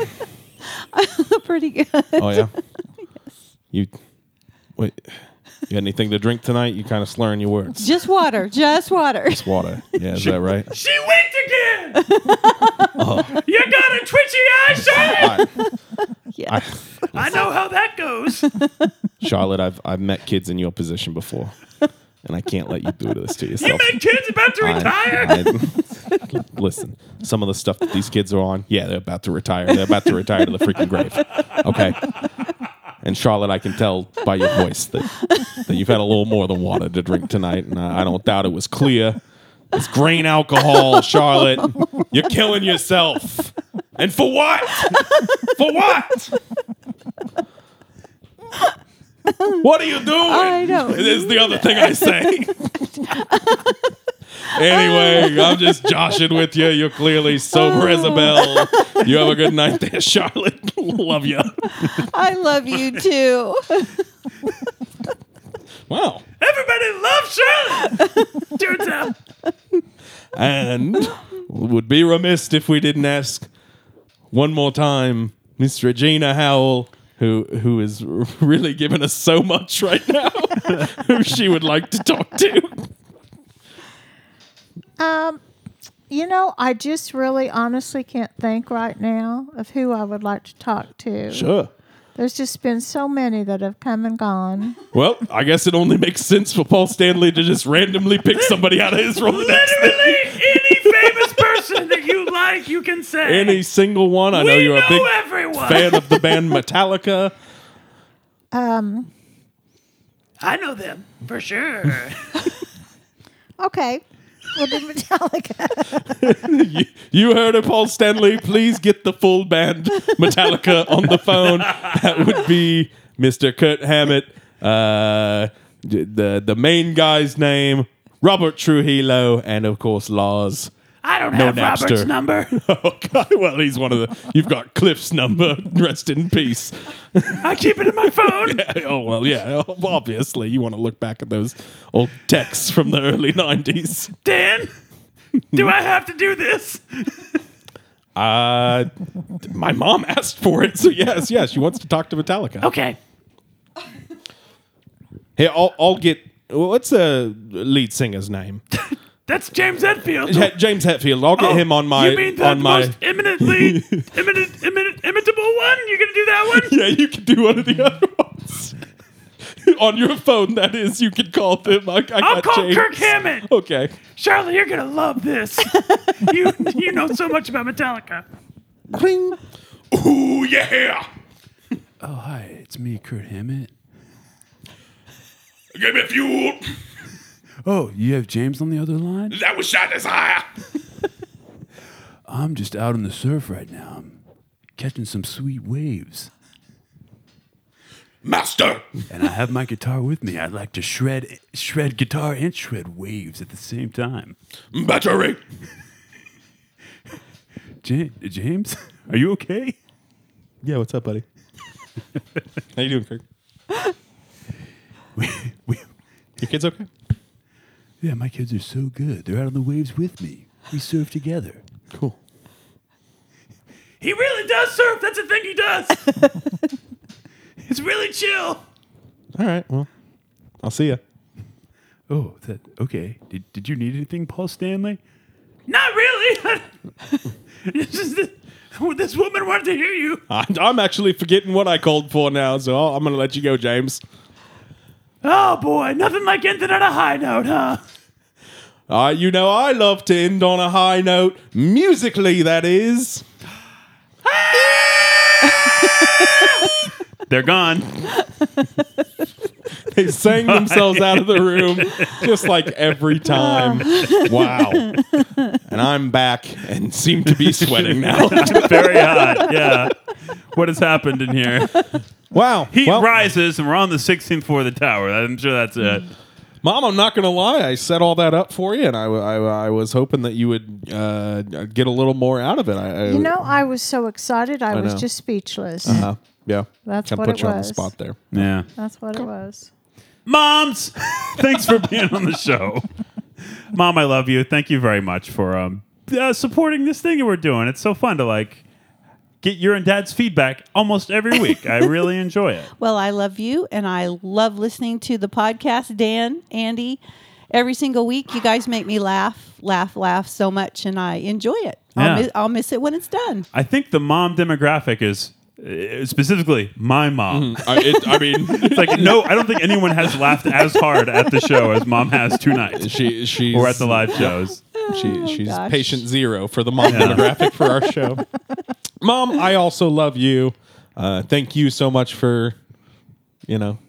Pretty good. *laughs* Oh yeah. You wait. You got anything to drink tonight? You kind of slurring your words. Just water. Just water. *laughs* Water. Yeah, is that right? *laughs* she went *laughs* again. Oh. You got a twitchy eye, *laughs* Charlotte. Hi, Yes. I know how that goes. Charlotte, I've I've met kids in your position before, and I can't let you do this to You yourself. made kids about to I- retire. *laughs* I- listen, some of the stuff that these kids are on, yeah, they're about to retire. They're about to retire to the freaking grave. Okay. And Charlotte, I can tell by your voice that, that you've had a little more than water to drink tonight, and I, I don't doubt it was clear. It's grain *laughs* alcohol, Charlotte. You're killing yourself. And for what? For what? What are you doing? I know. It is the other thing I say. Anyway, I'm just joshing with you. You're clearly sober as a bell. You have a good night there, Charlotte. Love you. I love you too. Wow. Everybody loves Charlotte. Turns out. And would be remiss if we didn't ask one more time, Miss Regina Howell, who who is *laughs* really giving us so much right now, *laughs* who she would like to talk to. Um, you know, I just really honestly can't think right now of who I would like to talk to. Sure. There's just been so many that have come and gone. Well, I guess it only makes sense for Paul Stanley to just randomly pick somebody out of his Rolodex. Literally any famous person that you like, you can say. Any single one. I we know you're a big everyone. fan of the band Metallica. Um, I know them for sure. okay. We'll do *laughs* Metallica. You, you heard it, Paul Stanley. Please get the full band Metallica on the phone. That would be Mr. Kurt Hammett, uh, d- the the main guy's name, Robert Trujillo, and of course *laughs* Lars. I don't No have Robert's Napster. number. Oh God! Well, he's one of the. You've got Cliff's number. Rest in peace. *laughs* I keep it in my phone. Oh well, yeah. Obviously, you want to look back at those old texts from the early nineties. Dan, do I have to do this? Uh, my mom asked for it, so yes, yes, she wants to talk to Metallica. Okay. Hey, I'll, I'll get. What's the lead singer's name? That's James Edfield. *laughs* Ja- James Hetfield. I'll get Oh, him on my You mean the on my. most *laughs* eminently eminent, eminent, imitable one? You're gonna do that one? yeah, you can do one of the other ones *laughs* on your phone. That is, you can call them. I, I I'll got call James. Oh. Kirk Hammett. Okay, Charlotte, you're gonna love *laughs* this. you you know so much about Metallica. Ooh yeah! *laughs* Oh hi, it's me, Kurt Hammett. Give me fuel. Oh, you have James on the other line? That was shot desire. I'm just out on the surf right now. I'm catching some sweet waves. master. And I have my guitar with me. I'd like to shred, shred guitar and shred waves at the same time. Battery. Ja- James, *laughs* are you okay? Yeah, what's up, buddy? *laughs* How you doing, Kirk? We, we, Your kids okay? yeah, my kids are so good. They're out on the waves with me. We surf together. Cool. *laughs* He really does surf. That's a thing he does. *laughs* it's really chill. All right. Well, I'll see ya. Oh, that okay. Did, did you need anything, Paul Stanley? Not really. *laughs* it's just that- would this woman wanted to hear you. I- I'm actually forgetting what I called for now, so I'll- I'm gonna let you go, James. *laughs* Oh boy, nothing like ending on a high note, huh? Uh, you know I love to end on a high note, musically, that is. They're gone. They *laughs* sang themselves out of the room, just like *laughs* every time. Oh. Wow. And I'm back and seem to be sweating *laughs* now. *laughs* Very hot. Yeah. What has happened in here? wow. Heat well, rises, and we're on the 16th floor of the tower. I'm sure that's it. Mom, I'm not going to lie. I set all that up for you, and I, w- I w- I was hoping that you would uh, get a little more out of it. I, I, You know, I was so excited, I, was know. just speechless. Uh, yeah. That's Kinda what put it you on the was. spot there. Yeah. That's what it was. Moms, thanks for being on the show. Mom, I love you. Thank you very much for um, uh, supporting this thing that we're doing. It's so fun to like get your and dad's feedback almost every week. I really enjoy it. Well, I love you and I love listening to the podcast, Dan, Andy, every single week. You guys make me laugh, laugh, laugh so much and I enjoy it. Yeah. I'll, miss, I'll miss it when it's done. I think the mom demographic is uh, specifically my mom. *laughs* I, it, I mean, It's like no, I don't think anyone has laughed as hard at the show as mom has tonight she, *laughs* she's, or at the live shows. *laughs* Oh, She, she's gosh. patient zero for the mom demographic for our show. mom, I also love you. Uh, thank you so much for, you know,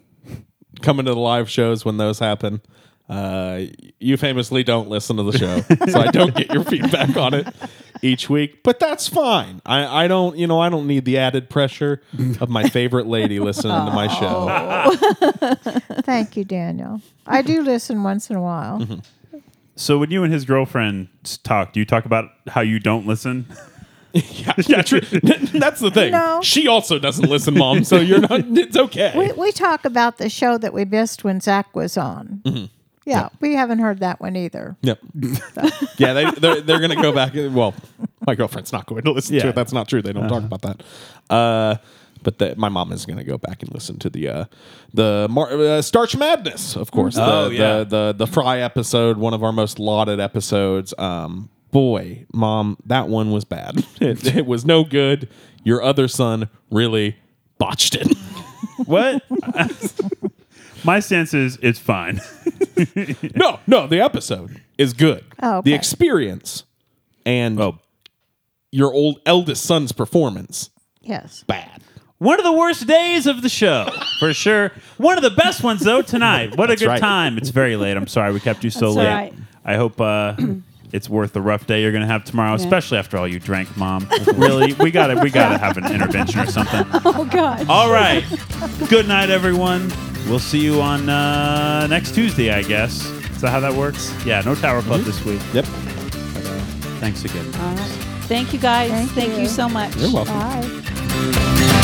coming to the live shows when those happen. Uh, you famously don't listen to the show, so I don't get your feedback on it each week. But that's fine. I, I don't, you know, I don't need the added pressure of my favorite lady listening to *laughs* my show. Oh. Thank you, Daniel. I do listen once in a while. Mm-hmm. So when you and his girlfriend s- talk, do you talk about how you don't listen? *laughs* Yeah, *laughs* yeah, true. That's the thing. No. She also doesn't listen, mom. So you're not. It's okay. We, we talk about the show that we missed when Zach was on. Mm-hmm. Yeah, we haven't heard that one either. *laughs* Yep. yeah, they, they're, they're going to go back. Well, my girlfriend's not going to listen to Yeah. Uh-huh. it. That's not true. They don't talk about that. Uh, but the, my mom is going to go back and listen to the uh, the Mar- uh, Starch Madness, of course. The, Oh, yeah. the, the the Fry episode, one of our most lauded episodes. Um, boy, mom, that one was bad. *laughs* It, it was no good. Your other son really botched it. What? *laughs* My stance is it's fine. no, no, the episode is good. Oh, okay. The experience and your old eldest son's performance Yes. bad. One of the worst days of the show, for sure. One of the best ones though tonight. What a good right. time! It's very late. I'm sorry we kept you so That's all late. right. I hope uh, *clears throat* it's worth the rough day you're gonna have tomorrow, Yeah. especially after all you drank, Mom. really, we gotta we gotta have an intervention or something. Oh, *laughs* God. All right. Good night, everyone. We'll see you on uh, next Tuesday, I guess. Is that how that works? Yeah, no Tower Club this week. Yep. Thanks again. Thank you guys. Thank, Thank you. you. so much. You're welcome. Bye. Thank